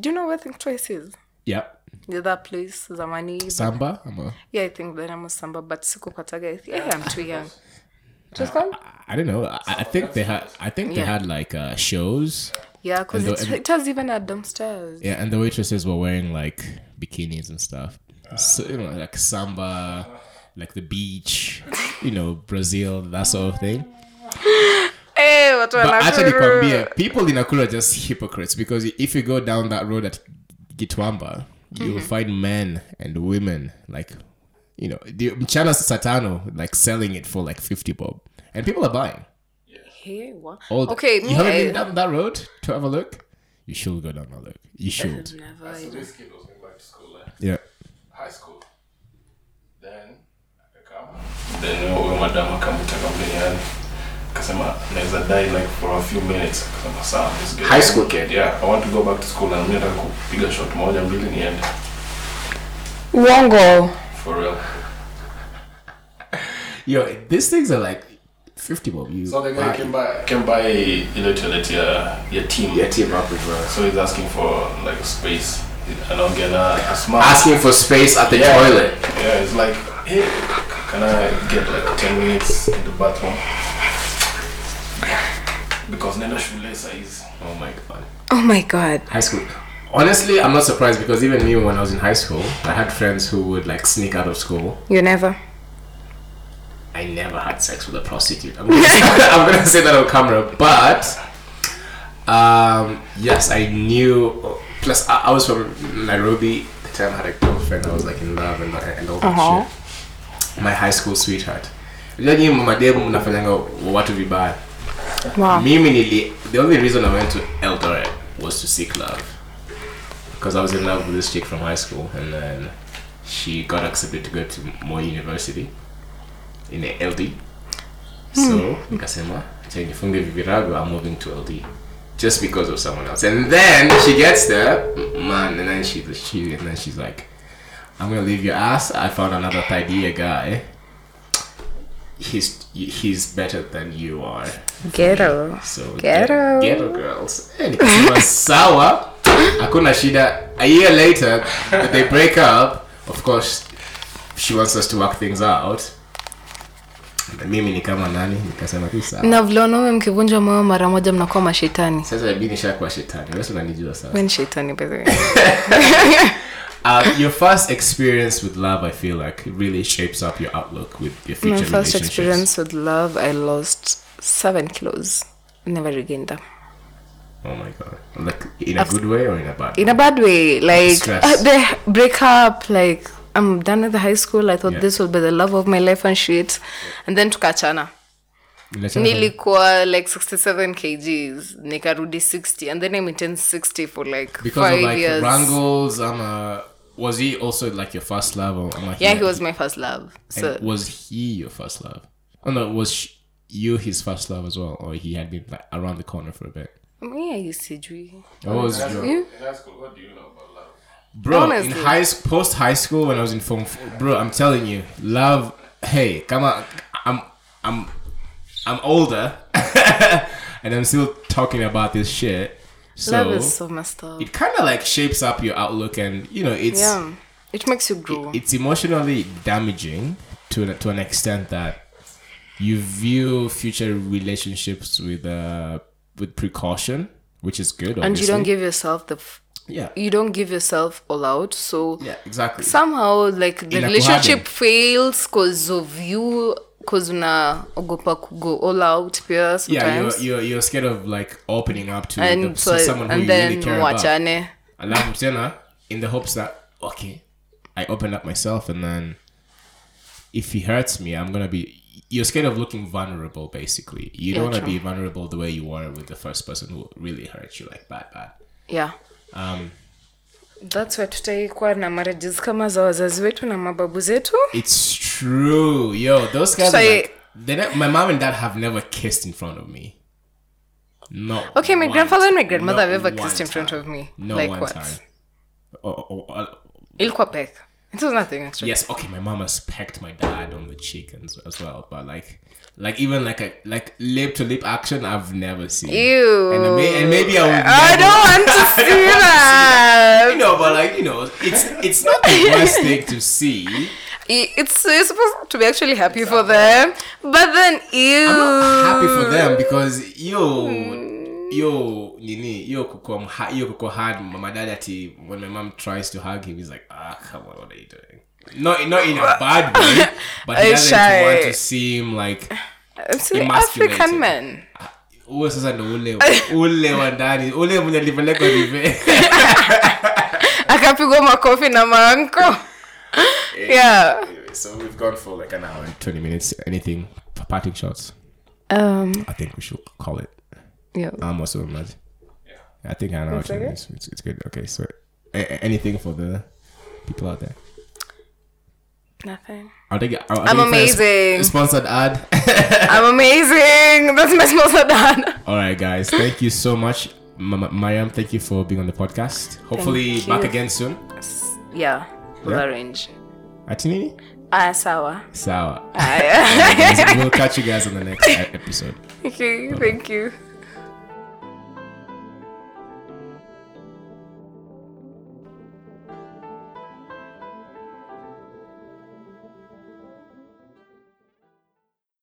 do you know where I think twice is yeah the other place zamani samba I'm a, yeah i think the name was samba but sikupataga I think- yeah i'm too young just one i don't know I, I think they had i think they Yeah. had like uh, shows yeah because And it, the- it has even a downstairs yeah and the waitresses were wearing like bikinis and stuff so you know like samba like the beach you know brazil that sort of thing hey watu wa But actually Nakuru. kwambie people in Nakuru are just hypocrites because if you go down that road at Gitwamba, you'll find men and women like you know, the mchana satano like selling it for like 50 bob and people are buying. Hey, what? All the- okay me, you haven't I- been down that road to have a look? You should go down that look. You should. never These kids was going back to school, eh? Yeah. high school. Then akakama. Then huyo madam akamtaka mbele akasema naweza die like for a few minutes akasema sawa let's get High it." school kid? yeah i want to go back to school and mimi nataka kupiga shot moja mbili niende Uongo. for real Yo, these things are like 50 bob. You so the guy buy- came by came by ile toilet ya ya team Yeah, team up with us. so he's asking for like space anaongea a smart Asking for space at the Yeah. toilet. Yeah, it's like, hey, can I get like 10 minutes in the bathroom? Because Nenda Shule says, oh my god. Oh my god. High school. Honestly, I'm not surprised because even me, when I was in high school, I had friends who would like sneak out of school. You never. I never had sex with a prostitute. I'm gonna say, I'm gonna say that on camera, but um, yes, I knew. Plus, I, I was from Nairobi. At the time, I had a girlfriend. I was like in love and, and all that Uh-huh. shit. My high school sweetheart. Unajua nyinyi mamademu mnafanyanga watu vibaya. Wow. Mimi nili the only reason I went to Eldoret was to seek love. Because I was in love with this chick from high school and then she got accepted to go to Moi University in the LD. So nikasema "Acha nifunge virago I'm moving to LD just because of someone else. And then she gets there, man, and then she she and then she's like I'm gonna leave your ass. I found another third year guy. He's he's better than you are. Ghetto. So Ghetto. ge- ghetto girls. And it was sour. Hakuna shida. A year later, they break up. Of course, she wants us to work things out. Na Mimi ni kama nani, nikasema tu sawa. Na vilona ume mkivunja moyo mara moja mnakuwa mashetani. Sasa mimi nishakuwa shetani. Wewe si unanijua sasa. Wewe ni shetani by the way. Uh, your first experience with love, I feel like, really shapes up your outlook with your future My first relationships. experience with love, I lost seven kilos. Never regained them. Oh my god. Like in a good way or in a bad way? in a bad way like Stress. uh, they break up like i'm done with the high school i thought Yeah. this will be the love of my life and shit and then tukachana Uh-huh. nilikuwa like 67 kgs nikarudi 60 and then i maintained 60 for like because five of like years wrangles i'm a was he also like your first love or am I yeah he was my first love so and was he your first love oh no was sh- you his first love as well or he had been like around the corner for a bit me i used to dream What was In high school- your- you? in high school, what do you know about love? bro Honestly. in high post high school when i was in form four, bro i'm telling you love hey come on i'm i'm i'm older and i'm still talking about this shit so love is so messed up it kind of like shapes up your outlook and you know it's yeah it makes you grow it's emotionally damaging to an, to an extent that you view future relationships with uh with precaution, which is good. Obviously. and you don't give yourself the f- yeah you don't give yourself all out so yeah exactly somehow like the Inakuhappen. relationship fails because of you because unaogopa kugo all out pia yeah you're, sometimes you're you're scared of like opening up to, the, and to so someone who and you then really care about. mwachane Alafu tena in the hopes that okay, I open up myself and then if he hurts me, I'm gonna be. You're scared of looking vulnerable, basically. You don't Yeah, want to true. be vulnerable the way you were with the first person who really hurt you, like bad, bad. yeah Um, that's why tutaikuwa na marriages kama za wazazi wetu na mababu zetu it's true, yo. Those guys, are So- like, they ne- my mom and dad have never kissed in front of me. No. okay my once. grandfather and my grandmother Not have ever one kissed in front time. of me No like one what time. Oh, oh, oh, ilikuwa peck it was nothing actually yes okay my mama pecked my dad on the cheek and, s- as well but like like even like a like lip to lip action i've never seen Ew. and, may, and maybe i would i never- don't want to see that you know but like you know it's it's not the worst thing to see I- it's you're supposed to be actually happy for them but then ew i'm not happy for them because Hmm. yo yo nini yo kuko mha- yo kuko hard my dad ati when my mom tries to hug him he's like ah come on what are you doing not, not in a bad way but he I'm doesn't want shy. to seem like I'm saying emasculated. African men. huo sasa ndo ule ule wa ndani ule mwenye alipelekwa rive Akapigwa makofi na manko. yeah. so we've gone for like an hour and 20 minutes anything for parting shots Um. i think we should call it Yeah. i'm also mad i think i know what you mean. it's, it's good okay so a- a- anything for the people out there? Nothing. Are they, are, are I'm they looking for a sp- amazing. Sponsored ad. I'm amazing. That's my sponsor, Dan. All right, guys. Thank you so much, Ma- Ma- Mariam. Thank you for being on the podcast. Hopefully, Thank back you. again soon. Yeah, we'll Yeah. arrange. Atinini? Ah, sawa. Sawa. Ah, yeah. we'll catch you guys on the next e- episode. okay, thank you.